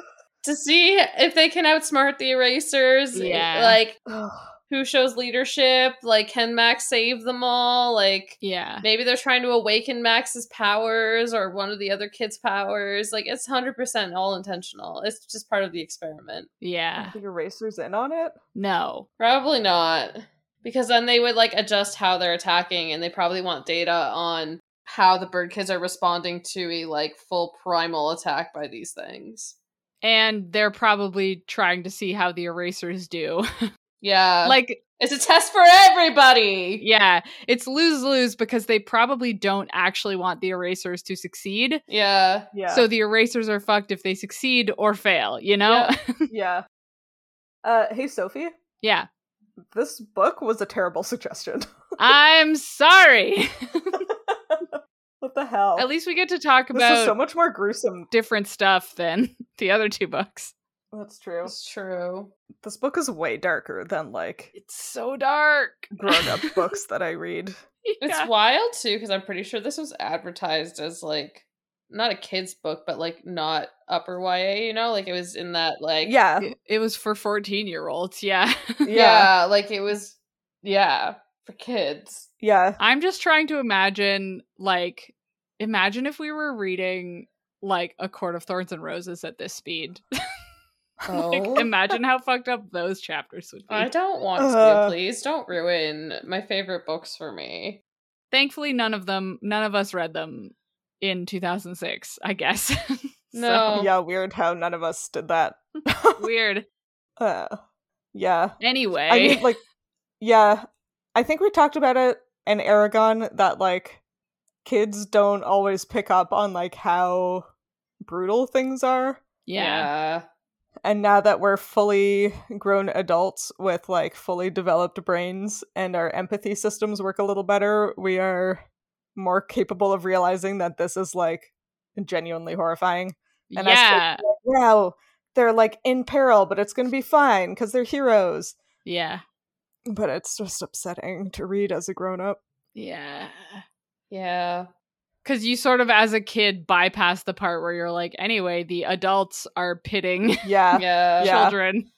S3: to see if they can outsmart the erasers.
S2: Yeah.
S3: Like
S1: Ugh.
S3: who shows leadership? Like can Max save them all? Like
S2: Yeah.
S3: maybe they're trying to awaken Max's powers or one of the other kids' powers. Like it's hundred percent all intentional. It's just part of the experiment.
S2: Yeah.
S1: Are the erasers in on it?
S2: No.
S3: Probably not. Because then they would like adjust how they're attacking and they probably want data on how the bird kids are responding to a like full primal attack by these things.
S2: and they're probably trying to see how the erasers do. [LAUGHS]
S3: Yeah.
S2: like,
S3: it's a test for everybody.
S2: yeah, it's lose lose because they probably don't actually want the erasers to succeed.
S3: Yeah.
S1: Yeah.
S2: So [LAUGHS] the erasers are fucked if they succeed or fail, you know?
S3: Yeah.
S1: yeah. Uh, hey Sophie,
S2: [LAUGHS] yeah.
S1: this book was a terrible suggestion. [LAUGHS]
S2: I'm sorry.
S1: what the hell?
S2: At least we get to talk
S1: this
S2: about
S1: is so much more gruesome.
S2: different stuff than [LAUGHS] the other two books.
S1: That's true.
S3: It's true.
S1: This book is way darker than like
S2: It's so dark.
S1: grown
S2: [LAUGHS]
S1: up books that I read.
S3: It's
S2: Yeah.
S3: wild too because I'm pretty sure this was advertised as like not a kids book but like not upper YA, you know? Like it was in that like
S1: Yeah.
S2: It- it was for 14 year olds. Yeah. [LAUGHS]
S1: Yeah.
S3: yeah, like it was yeah, for kids.
S1: Yeah.
S2: I'm just trying to imagine, like, imagine if we were reading like a court of thorns and roses at this speed. [LAUGHS] [LAUGHS] like,
S3: Oh.
S2: imagine how fucked up those chapters would be.
S3: I don't want
S1: Uh.
S3: to. Please don't ruin my favorite books for me.
S2: Thankfully, none of them, none of us read them in 2006, I guess. [LAUGHS] So,
S3: No.
S1: Yeah, weird how none of us did that.
S2: [LAUGHS] weird.
S1: [LAUGHS] uh, yeah.
S2: Anyway,
S1: I mean, like, yeah, I think we talked about it in Aragon that, like, kids don't always pick up on, like, how brutal things are.
S2: yeah.
S1: And now that we're fully grown adults with, like, fully developed brains and our empathy systems work a little better, we are more capable of realizing that this is, like, genuinely horrifying. And I still
S2: yeah.
S1: feel like, wow, they're, like, in peril, but it's going to be fine because they're heroes.
S2: yeah.
S1: but it's just upsetting to read as a grown up.
S2: Yeah.
S3: Yeah.
S2: Because you sort of, as a kid, bypass the part where you're like, anyway, the adults are pitting [LAUGHS]
S3: Yeah.
S1: Yeah,
S3: Yeah.
S1: Yeah.
S2: children.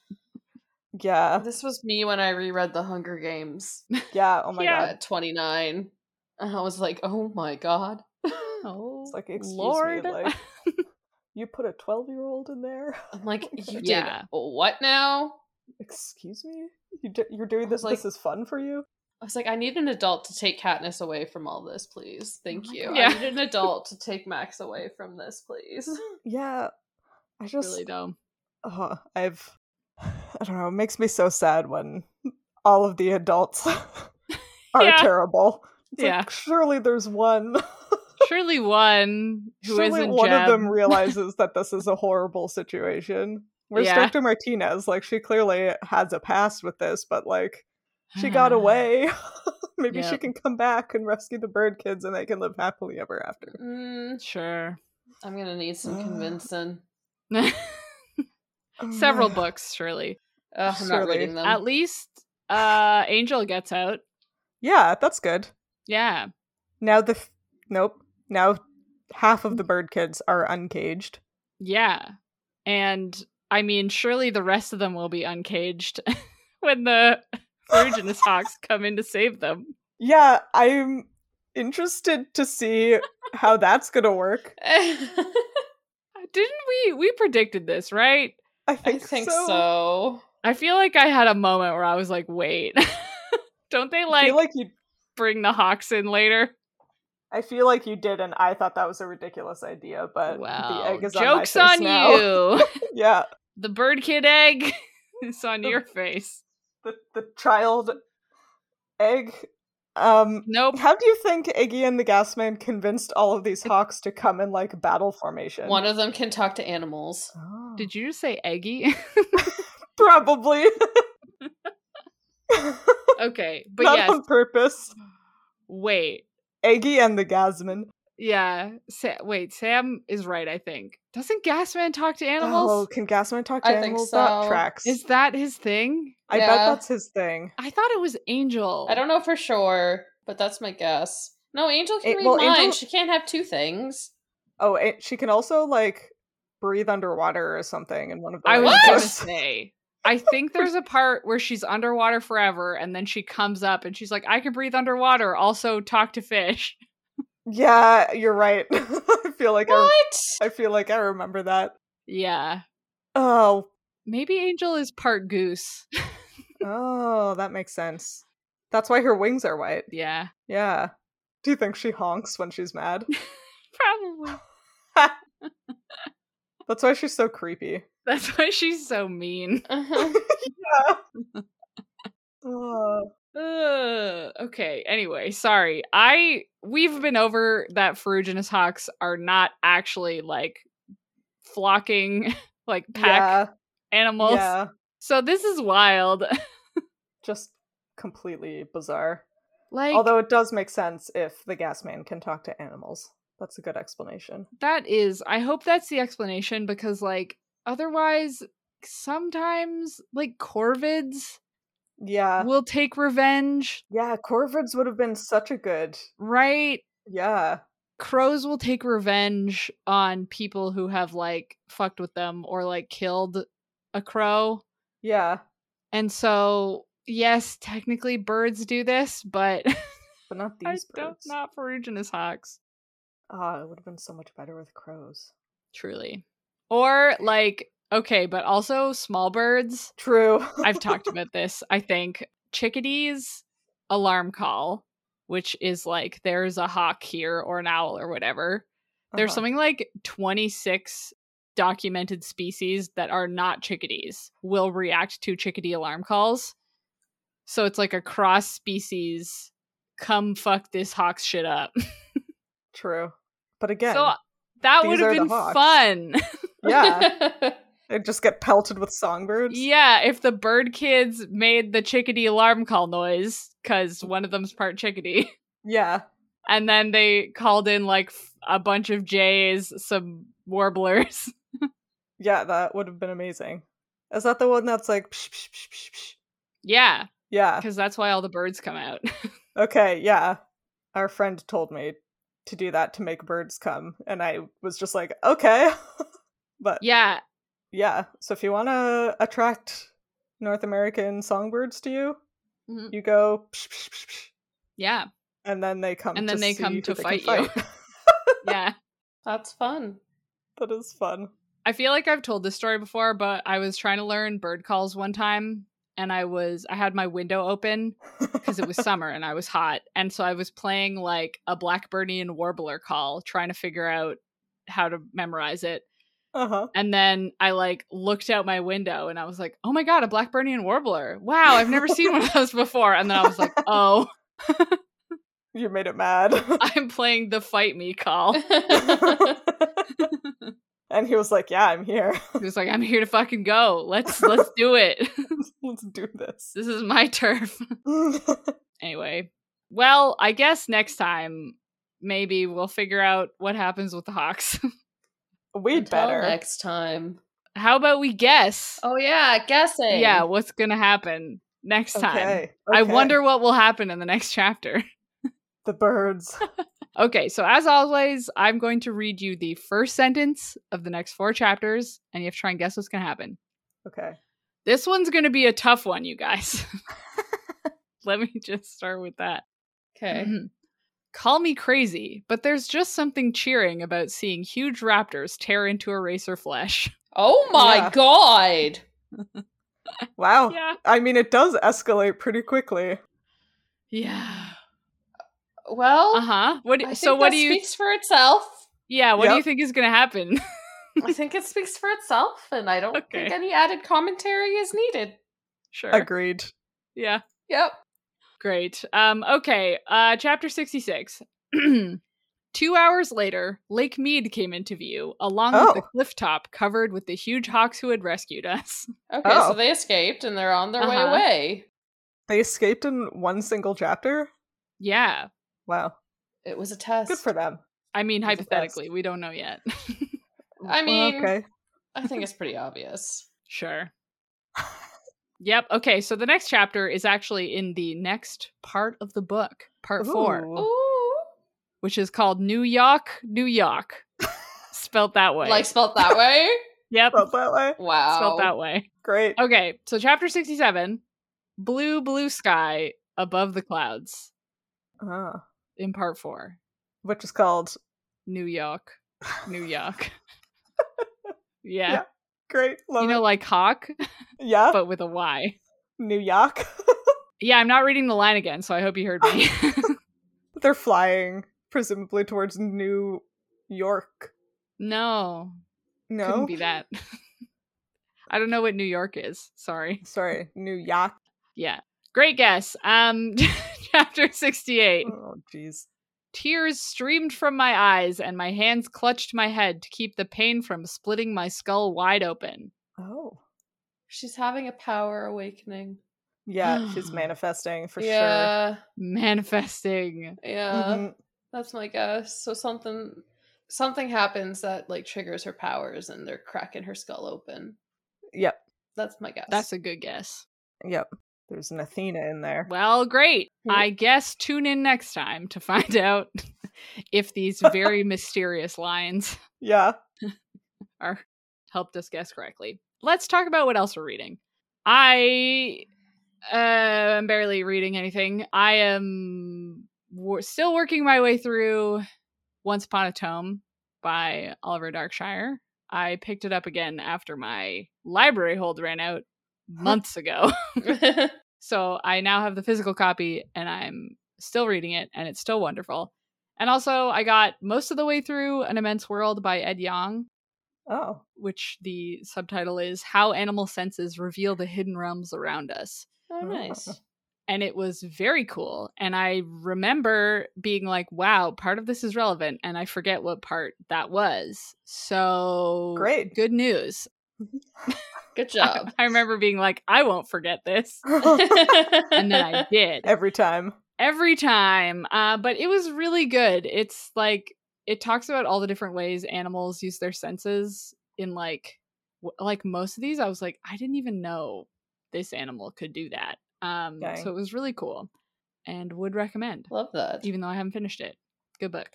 S1: yeah,
S3: [LAUGHS] This was me when I reread The Hunger Games [LAUGHS]
S1: yeah. Oh my
S2: Yeah.
S1: god,
S3: at 29. And I was like, oh my god. [LAUGHS]
S2: Oh,
S1: like, excuse me,
S2: Lord. [LAUGHS]
S1: like- you put a twelve year old in there? [LAUGHS]
S3: I'm [LAUGHS] like, you did
S2: Yeah.
S3: what now?
S1: Excuse me, you do- you're doing this.
S3: Like-
S1: this is fun for you.
S3: I was like, I need an adult to take Katniss away from all this, please. Thank
S2: my
S3: you.
S2: God.
S3: I
S2: Yeah.
S3: need [LAUGHS] an adult to take Max away from this, please.
S1: Yeah, I just
S2: really dumb.
S1: uh, I've [SIGHS] I don't know. It makes me so sad when all of the adults [LAUGHS] are
S2: Yeah.
S1: terrible. It's
S2: Yeah.
S1: like, surely there's one. [LAUGHS]
S2: Surely one who
S1: surely
S2: not
S1: one of
S2: [LAUGHS]
S1: them realizes that this is a horrible situation. Where's
S2: Yeah.
S1: Dr. Martinez? Like, she clearly has a past with this, but like, She got away. [LAUGHS] Maybe she
S2: Uh-huh. Yep.
S1: can come back and rescue the bird kids and they can live happily ever after.
S3: Mm,
S2: [SIGHS] Sure. [LAUGHS]
S3: I'm gonna need some
S1: Ugh.
S3: convincing.
S1: [LAUGHS]
S2: Several books, surely.
S3: Ugh, I'm not
S1: Surely.
S3: reading them.
S2: At
S3: [LAUGHS]
S2: least uh Angel gets out.
S1: [SIGHS] Yeah, that's good.
S2: Yeah.
S1: Now the. F- nope. Now half of the bird kids are uncaged.
S2: Yeah. And I mean, surely the rest of them will be uncaged [LAUGHS] when the
S1: [LAUGHS]
S2: Ferruginous Hawks come in to save them.
S1: Yeah, I'm interested to see how that's going to work.
S2: Uh, Didn't we? We predicted this, right?
S1: I
S3: I
S1: think,
S3: think
S1: so.
S3: so.
S2: I feel like I had a moment where I was like, wait, [LAUGHS] don't they
S1: I
S2: like,
S1: feel like you.
S2: bring the Hawks in later?
S1: I feel like you did, and I thought that was a ridiculous idea. But Uh, the
S2: Wow.
S1: egg is
S2: Joke's
S1: on, my face
S2: on
S1: now.
S2: you.
S1: [LAUGHS] yeah,
S2: the bird kid egg [LAUGHS] is on your face.
S1: the the child egg. Um,
S2: Nope.
S1: How do you think Iggy and the Gasman convinced all of these hawks to come in like battle formation?
S3: One of them can talk to animals.
S1: Oh.
S2: Did you just say eggy? [LAUGHS]
S1: Probably. [LAUGHS] [LAUGHS]
S2: okay. But
S1: Not
S2: yes.
S1: on purpose.
S2: Wait.
S1: Eggy and the Gasman.
S2: Yeah. Sa- wait, Sam is right, I think. Doesn't Gasman talk to animals?
S1: Oh, can Gasman talk to
S3: I think
S1: animals? That
S3: so.
S1: tracks.
S2: Is that his thing?
S1: I bet
S3: Yeah.
S1: that's his thing.
S2: I thought it was Angel.
S3: I don't know for sure, but that's my guess. No, Angel can
S1: It-
S3: read
S1: well,
S3: minds.
S1: Angel-
S3: She can't have two things.
S1: Oh, and she can also like breathe underwater or something in one of the
S2: I was
S1: later [LAUGHS]
S2: gonna
S1: books.
S2: say. I think there's a part where she's underwater forever and then she comes up and she's like, I can breathe underwater, also talk to fish.
S1: Yeah, you're right. [LAUGHS] I feel like I,
S3: What?
S1: I feel like I remember that.
S2: Yeah.
S1: Oh,
S2: Maybe Angel is part goose.
S1: Oh, that makes sense. That's why her wings are white.
S2: Yeah.
S1: Yeah. Do you think she honks when she's
S2: [LAUGHS]
S1: mad?
S2: Probably.
S1: That's why she's so creepy.
S2: That's why she's so mean.
S3: Uh-huh.
S1: Ugh.
S2: Ugh. okay. Anyway, sorry. I we've been over that ferruginous hawks are not actually like flocking [LAUGHS] like pack
S1: yeah,
S2: animals.
S1: yeah.
S2: So this is wild. [LAUGHS]
S1: Just completely bizarre.
S2: like
S1: Although it does make sense if the gas man can talk to animals. That's a good explanation.
S2: that is I hope that's the explanation because like otherwise sometimes like corvids
S1: Yeah.
S2: will take revenge,
S1: Yeah, Corvids would have been such a good.
S2: right?
S1: Yeah.
S2: crows will take revenge on people who have like fucked with them or like killed a crow.
S1: Yeah.
S2: And so, yes, technically birds do this, but [LAUGHS]
S1: But not
S2: I
S1: these
S2: don't
S1: birds.
S2: not ferruginous hawks,
S1: Ah, it would have been so much better with crows.
S2: truly. Or like okay, but also small birds.
S1: True. [LAUGHS]
S2: I've talked about this, I think. Chickadees alarm call, which is like there's a hawk here or an owl or whatever. There's
S1: Uh-huh.
S2: something like 26 documented species that are not chickadees will react to chickadee alarm calls. So it's like a cross species come fuck this hawk shit up. [LAUGHS]
S1: True. But again,
S2: so that
S1: these
S2: would have
S1: are the
S2: been
S1: hawks.
S2: fun.
S1: [LAUGHS] yeah, they just get pelted with songbirds.
S2: yeah, if the bird kids made the chickadee alarm call noise cuz one of them's part chickadee.
S1: Yeah.
S2: and then they called in like f- a bunch of jays, some warblers.
S1: Yeah, that would have been amazing. Is that the one that's like psh, psh, psh, psh, psh?
S2: [LAUGHS] yeah,
S1: Yeah.
S2: because that's why all the birds come out.
S1: Okay, yeah. Our friend told me to do that to make birds come, and I was just like, okay. [LAUGHS] but
S2: yeah,
S1: yeah, so if you want to attract North American songbirds to you,
S2: Mhm.
S1: you go, psh, psh, psh, psh,
S2: yeah,
S1: and then they come.
S2: And
S1: to
S2: then they
S1: see
S2: come
S1: who
S2: to
S1: they
S2: fight
S1: can
S2: you. yeah.
S3: [LAUGHS] That's fun.
S1: [LAUGHS] that is fun.
S2: I feel like I've told this story before, but I was trying to learn bird calls one time, and I was I had my window [LAUGHS] open because it was summer and I was hot, and so I was playing like a blackbirdian warbler call, trying to figure out how to memorize it.
S1: Uh huh.
S2: And then I like looked out my window and I was like, oh my God, a Blackburnian warbler. Wow, I've never seen one of those before. And then I
S1: [LAUGHS]
S2: was like, oh,
S1: You made it
S2: [LAUGHS]
S1: mad. [LAUGHS]
S2: I'm playing the fight me call.
S1: and he was like, yeah, I'm here. [LAUGHS]
S2: He was like, I'm here to fucking go. Let's let's do it. [LAUGHS]
S1: Let's do this.
S2: this is my turf.
S3: [LAUGHS]
S2: Anyway. Well, I guess next time maybe we'll figure out what happens with the Hawks. [LAUGHS]
S1: We'd
S3: Until
S1: better.
S3: next time.
S2: How about we guess?
S3: Oh yeah, guessing.
S2: yeah, what's gonna happen next time?
S1: Okay,
S2: I
S1: okay.
S2: wonder what will happen in the next chapter.
S1: The
S2: [LAUGHS]
S1: birds.
S2: Okay, so as always, I'm going to read you the first sentence of the next four chapters, and you have to try and guess what's going to happen.
S1: Okay.
S2: This one's going to be a tough one, you guys. [LAUGHS] Let me just start with that.
S3: Okay.
S2: Mhm. Call me crazy, but there's just something cheering about seeing huge raptors tear into eraser flesh.
S3: Oh my
S1: Yeah.
S3: god. Oh.
S1: Wow.
S2: Yeah.
S1: I mean, it does escalate pretty quickly.
S2: Yeah.
S3: Well,
S2: Uh
S3: Uh-huh.
S2: huh. What?
S3: Oh, I
S2: Do,
S3: think
S2: so what
S3: that
S2: do you?
S3: speaks for [LAUGHS] itself.
S2: yeah. What do
S1: Yep.
S2: you think is going to happen? [LAUGHS]
S3: I think it speaks for itself, and I don't
S2: Okay.
S3: think any added commentary is needed.
S2: sure.
S1: Agreed.
S2: Yeah.
S3: Yep.
S2: Great. Um, okay. Uh, chapter 66. [CLEARS THROAT] Two hours later, Lake Mead came into view, along with the
S1: Oh.
S2: cliff top covered with the huge hawks who had rescued us. [LAUGHS]
S3: Okay,
S1: Oh.
S3: so they escaped and they're on their way
S2: Uh-huh.
S3: away.
S1: They escaped in one single chapter.
S2: Yeah.
S1: Wow.
S3: It was a test.
S1: Good for them.
S2: I mean,
S1: It was a
S2: hypothetically, we don't know yet. [LAUGHS]
S3: I mean,
S1: okay.
S3: I think it's pretty obvious.
S2: sure. Yep. Okay. So the next chapter is actually in the next part of the book, part four,
S1: Ooh.
S3: [LAUGHS] Ooh.
S2: which is called New York,
S1: [LAUGHS]
S2: New York. Spelt that way.
S3: Like spelt that [LAUGHS] way?
S2: yep.
S1: Felt that way.
S3: Wow.
S2: Spelt that way.
S1: Great.
S2: Okay, so chapter 67 Blue, blue sky above the clouds
S1: Ah,
S2: in part four.
S1: which is called
S2: New York, New
S1: [LAUGHS]
S2: York. yeah.
S1: Yeah, Great. Love
S2: you know,
S1: [LAUGHS]
S2: like hawk,
S1: it. Yeah.
S2: but with a Y.
S1: New York. [LAUGHS]
S2: Yeah, I'm not reading the line again, so I hope you heard me. [LAUGHS]
S1: They're flying, presumably towards New York.
S2: no,
S1: No.
S2: couldn't be that. [LAUGHS] I don't know what New York is. Sorry.
S1: Sorry. New York.
S2: Yeah. Great guess. Um [LAUGHS] chapter 68.
S1: Oh, jeez.
S2: Tears streamed from my eyes, and my hands clutched my head to keep the pain from splitting my skull wide open.
S1: Oh.
S3: She's having a power awakening. [SIGHS]
S1: Yeah, she's manifesting for sure.
S3: yeah,
S2: Manifesting.
S3: Yeah.
S1: Mhm.
S3: That's my guess. So something something happens that like triggers her powers and they're cracking her skull open.
S1: Yep.
S3: That's my guess.
S2: That's a good guess.
S1: Yep. There's an Athena in there.
S2: Well, great.
S3: Hmm.
S2: I guess tune in next time to find [LAUGHS] out if these very mysterious lines
S1: Yeah.
S2: are helped us guess correctly. Let's talk about what else we're reading. I uh, am barely reading anything. I am wor- still working my way through Once Upon a Tome by Oliver Darkshire. I picked it up again after my library hold ran out months ago. [LAUGHS]
S3: [LAUGHS]
S2: So I now have the physical copy and I'm still reading it and it's still wonderful. And also, I got most of the way through An Immense World by Ed Yong,
S3: [LAUGHS]
S1: Oh. [LAUGHS]
S2: which the subtitle is How Animal Senses Reveal the Hidden Realms Around Us. [LAUGHS]
S3: Oh, nice.
S2: And it was very cool. And I remember being like, wow, part of this is relevant. And I forget what part that was. So
S1: Great.
S2: Good news.
S3: Good job.
S2: [LAUGHS] I remember being like, I won't forget this.
S3: [LAUGHS]
S2: And then I did.
S1: Every time.
S2: every time. Uh, but it was really good. It's like it talks about all the different ways animals use their senses. In like, w- like most of these, I was like, I didn't even know this animal could do that. Um,
S1: Dang.
S2: so it was really cool, and would recommend,
S3: Love that.
S2: even though I haven't finished it. Good book.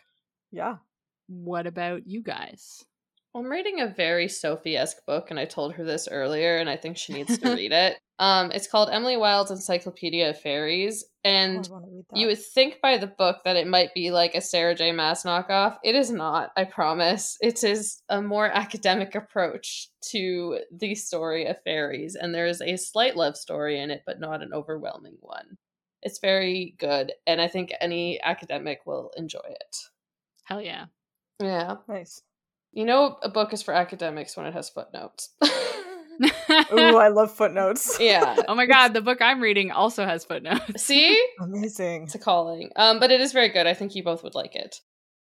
S1: Yeah.
S2: What about you guys?
S3: I'm reading a very Sophie-esque book, and I told her this earlier, and I think she
S2: [LAUGHS]
S3: needs to read it. Um, it's called Emily Wilde's Encyclopedia of Fairies, and
S1: Oh, I want to read that.
S3: you would think by the book that it might be like a Sarah J. Mass knockoff. It is not, I promise. It is a more academic approach to the story of fairies, and there is a slight love story in it, but not an overwhelming one. It's very good, and I think any academic will enjoy it.
S2: Hell yeah. [LAUGHS]
S3: Yeah. [LAUGHS]
S1: nice.
S3: You know, a book is for academics when it has footnotes.
S1: Ooh, I love footnotes.
S3: yeah.
S2: oh my god, the book I'm reading also has footnotes.
S3: See?
S1: [LAUGHS] Amazing.
S3: [LAUGHS]
S1: [LAUGHS]
S3: It's a calling. Um, but it is very good. I think you both would like it.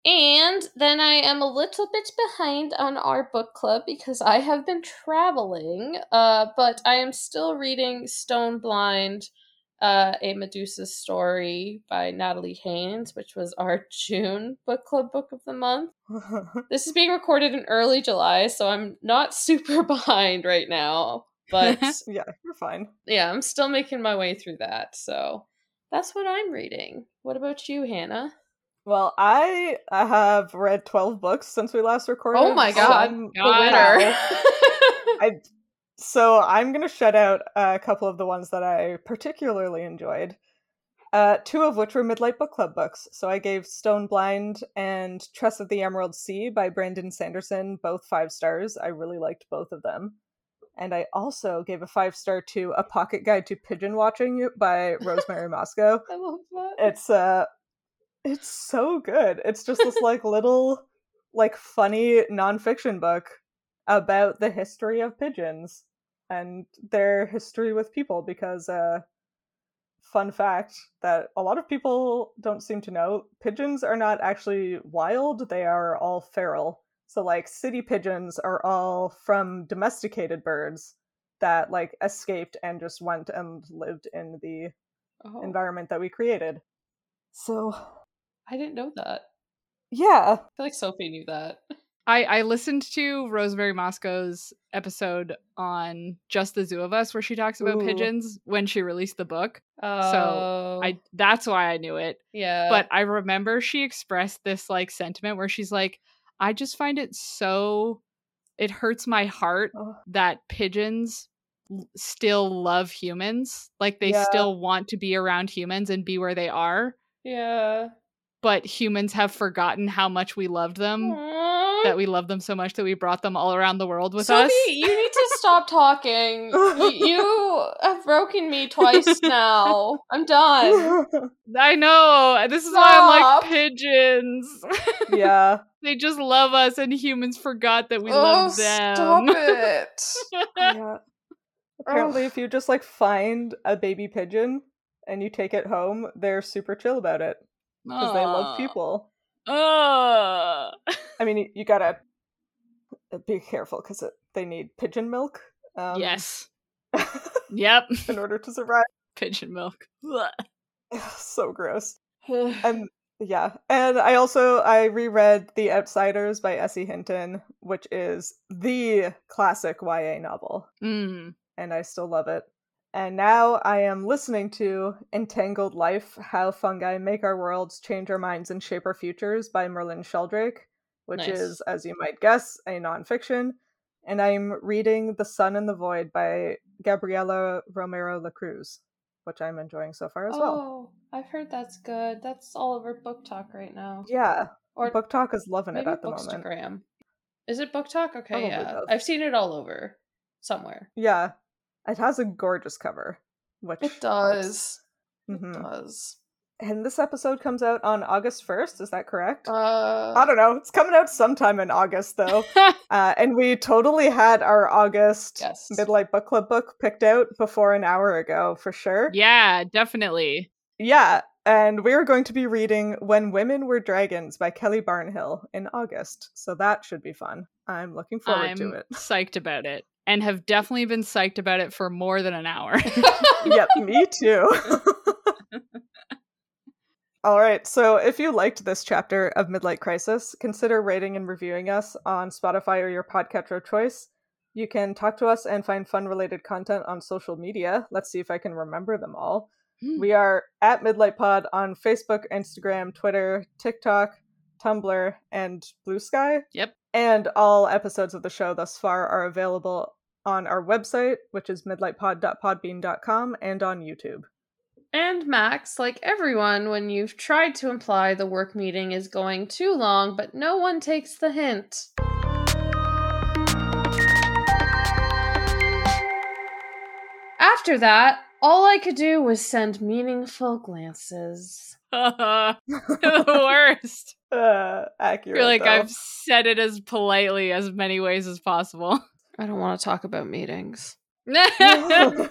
S3: And then I am a little bit behind on our book club because I have been traveling. Uh, but I am still reading Stone Blind, uh, a Medusa story by Natalie Haynes, which was our [LAUGHS] June book club book of the month. This is being recorded in early July, so I'm not [LAUGHS] super behind right now. But
S1: yeah, you're fine.
S3: yeah, I'm still making my way through that. So that's what I'm reading. What about you, Hannah?
S1: Well, I I have read 12 books since we last recorded.
S3: Oh my
S1: so
S3: god,
S1: I'm-
S3: the
S1: [LAUGHS]
S2: God.
S3: winner.
S1: I so I'm gonna shut out a couple of the ones that I particularly enjoyed. Uh, two of which were Midlight Book Club books. So I gave Stone Blind and Tress of the Emerald Sea by Brandon Sanderson both five stars. I really liked both of them. And I also gave a five star to A Pocket Guide to Pigeon Watching by Rosemary Moscow
S3: [LAUGHS] I love that.
S1: it's uh it's so good it's just this like little like funny nonfiction book about the history of pigeons and their history with people because uh fun fact that a lot of people don't seem to know pigeons are not actually wild they are all feral so like city pigeons are all from domesticated birds that like escaped and just went and lived in the
S3: Oh,
S1: environment that we created. So,
S3: I didn't know that.
S1: yeah.
S3: I feel like Sophie knew that.
S2: I, I listened to Rosemary Moscow's episode on Just the Zoo of Us where she talks about
S1: Ooh.
S2: pigeons when she released the book.
S3: Oh,
S2: I that's why I knew it.
S3: yeah,
S2: But I remember she expressed this like sentiment where she's like, I just find it so it hurts my heart
S1: Ugh.
S2: that pigeons l- still love humans. Like they
S1: Yeah.
S2: still want to be around humans and be where they are,
S3: yeah.
S2: but humans have forgotten how much we loved them.
S3: Aw.
S2: um, That we love them so much that we brought them all around the world with
S3: Sophie,
S2: us.
S3: you need to stop talking. [LAUGHS] Y- you have broken me twice now. I'm done.
S2: I know. This is why
S3: Stop.
S2: I'm like pigeons.
S1: [LAUGHS]
S2: [LAUGHS]
S1: yeah.
S2: they just love us, and humans forgot that [LAUGHS] we
S3: oh,
S2: love them. [LAUGHS]
S3: stop it.
S1: yeah. Apparently,
S3: [SIGHS] Ugh.
S1: if you just like find a baby pigeon and you take it home, they're super chill about it because they love
S2: Aw.
S1: people.
S2: Aw.
S1: I mean, y- you gotta uh, be careful because they need pigeon milk. Um,
S2: yes. Yep.
S1: [LAUGHS]
S2: [LAUGHS]
S1: in order to survive.
S2: Pigeon milk. Ugh.
S1: so gross. and yeah and i also i reread the outsiders by essie hinton which is the classic ya novel
S2: Mm.
S1: and i still love it and now i am listening to entangled life how fungi make our worlds change our minds and shape our futures by merlin sheldrake which
S3: Nice.
S1: is as you might guess a nonfiction and i'm reading the sun and the void by gabriela romero lacruz which i'm enjoying so far as well
S3: Oh, I've heard that's good. That's all over book talk right now.
S1: yeah
S3: Oh, Or
S1: book talk is loving it
S3: maybe
S1: at the
S3: Bookstagram.
S1: moment
S3: Is it book talk? Okay,
S1: Probably
S3: yeah.
S1: both.
S3: I've seen it all over somewhere.
S1: yeah it has a gorgeous cover which
S3: It does. It
S1: Mhm.
S3: does.
S1: And this episode comes out on August 1st, is that correct? I
S3: Uh,
S1: don't know. It's coming out sometime in August,
S2: [LAUGHS]
S1: though. uh, and we totally had our August
S3: yes.
S1: Midlight Book Club book picked out before an hour ago, for sure.
S2: yeah, definitely.
S1: Yeah, and we are going to be reading When Women Were Dragons by Kelly Barnhill in August. So that should be fun. I'm looking forward
S2: I'm
S1: to it.
S2: psyched about it and have definitely been psyched about it for more than
S1: [LAUGHS]
S2: an hour. [LAUGHS]
S1: yep, me too. All right, so if you liked this chapter of Midlight Crisis, consider rating and reviewing us on Spotify or your podcatcher of choice. You can talk to us and find fun related content on social media. Let's see if I can remember them all.
S2: Hmm.
S1: We are at Midlight Pod on Facebook, Instagram, Twitter, TikTok, Tumblr, and Blue Sky.
S2: Yep.
S1: And all episodes of the show thus far are available on our website, which is midlightpod.podbean.com, and on YouTube. [LAUGHS]
S3: And Max, like everyone, when you've tried to imply the work meeting is going too long, but no one takes the hint. After that, all I could do was send meaningful glances.
S2: the worst.
S1: Uh, accurate.
S2: I feel like
S1: though.
S2: I've said it as politely
S1: [LAUGHS]
S2: as many ways as possible. [LAUGHS]
S3: I don't want to talk about meetings.
S1: [LAUGHS]
S2: That's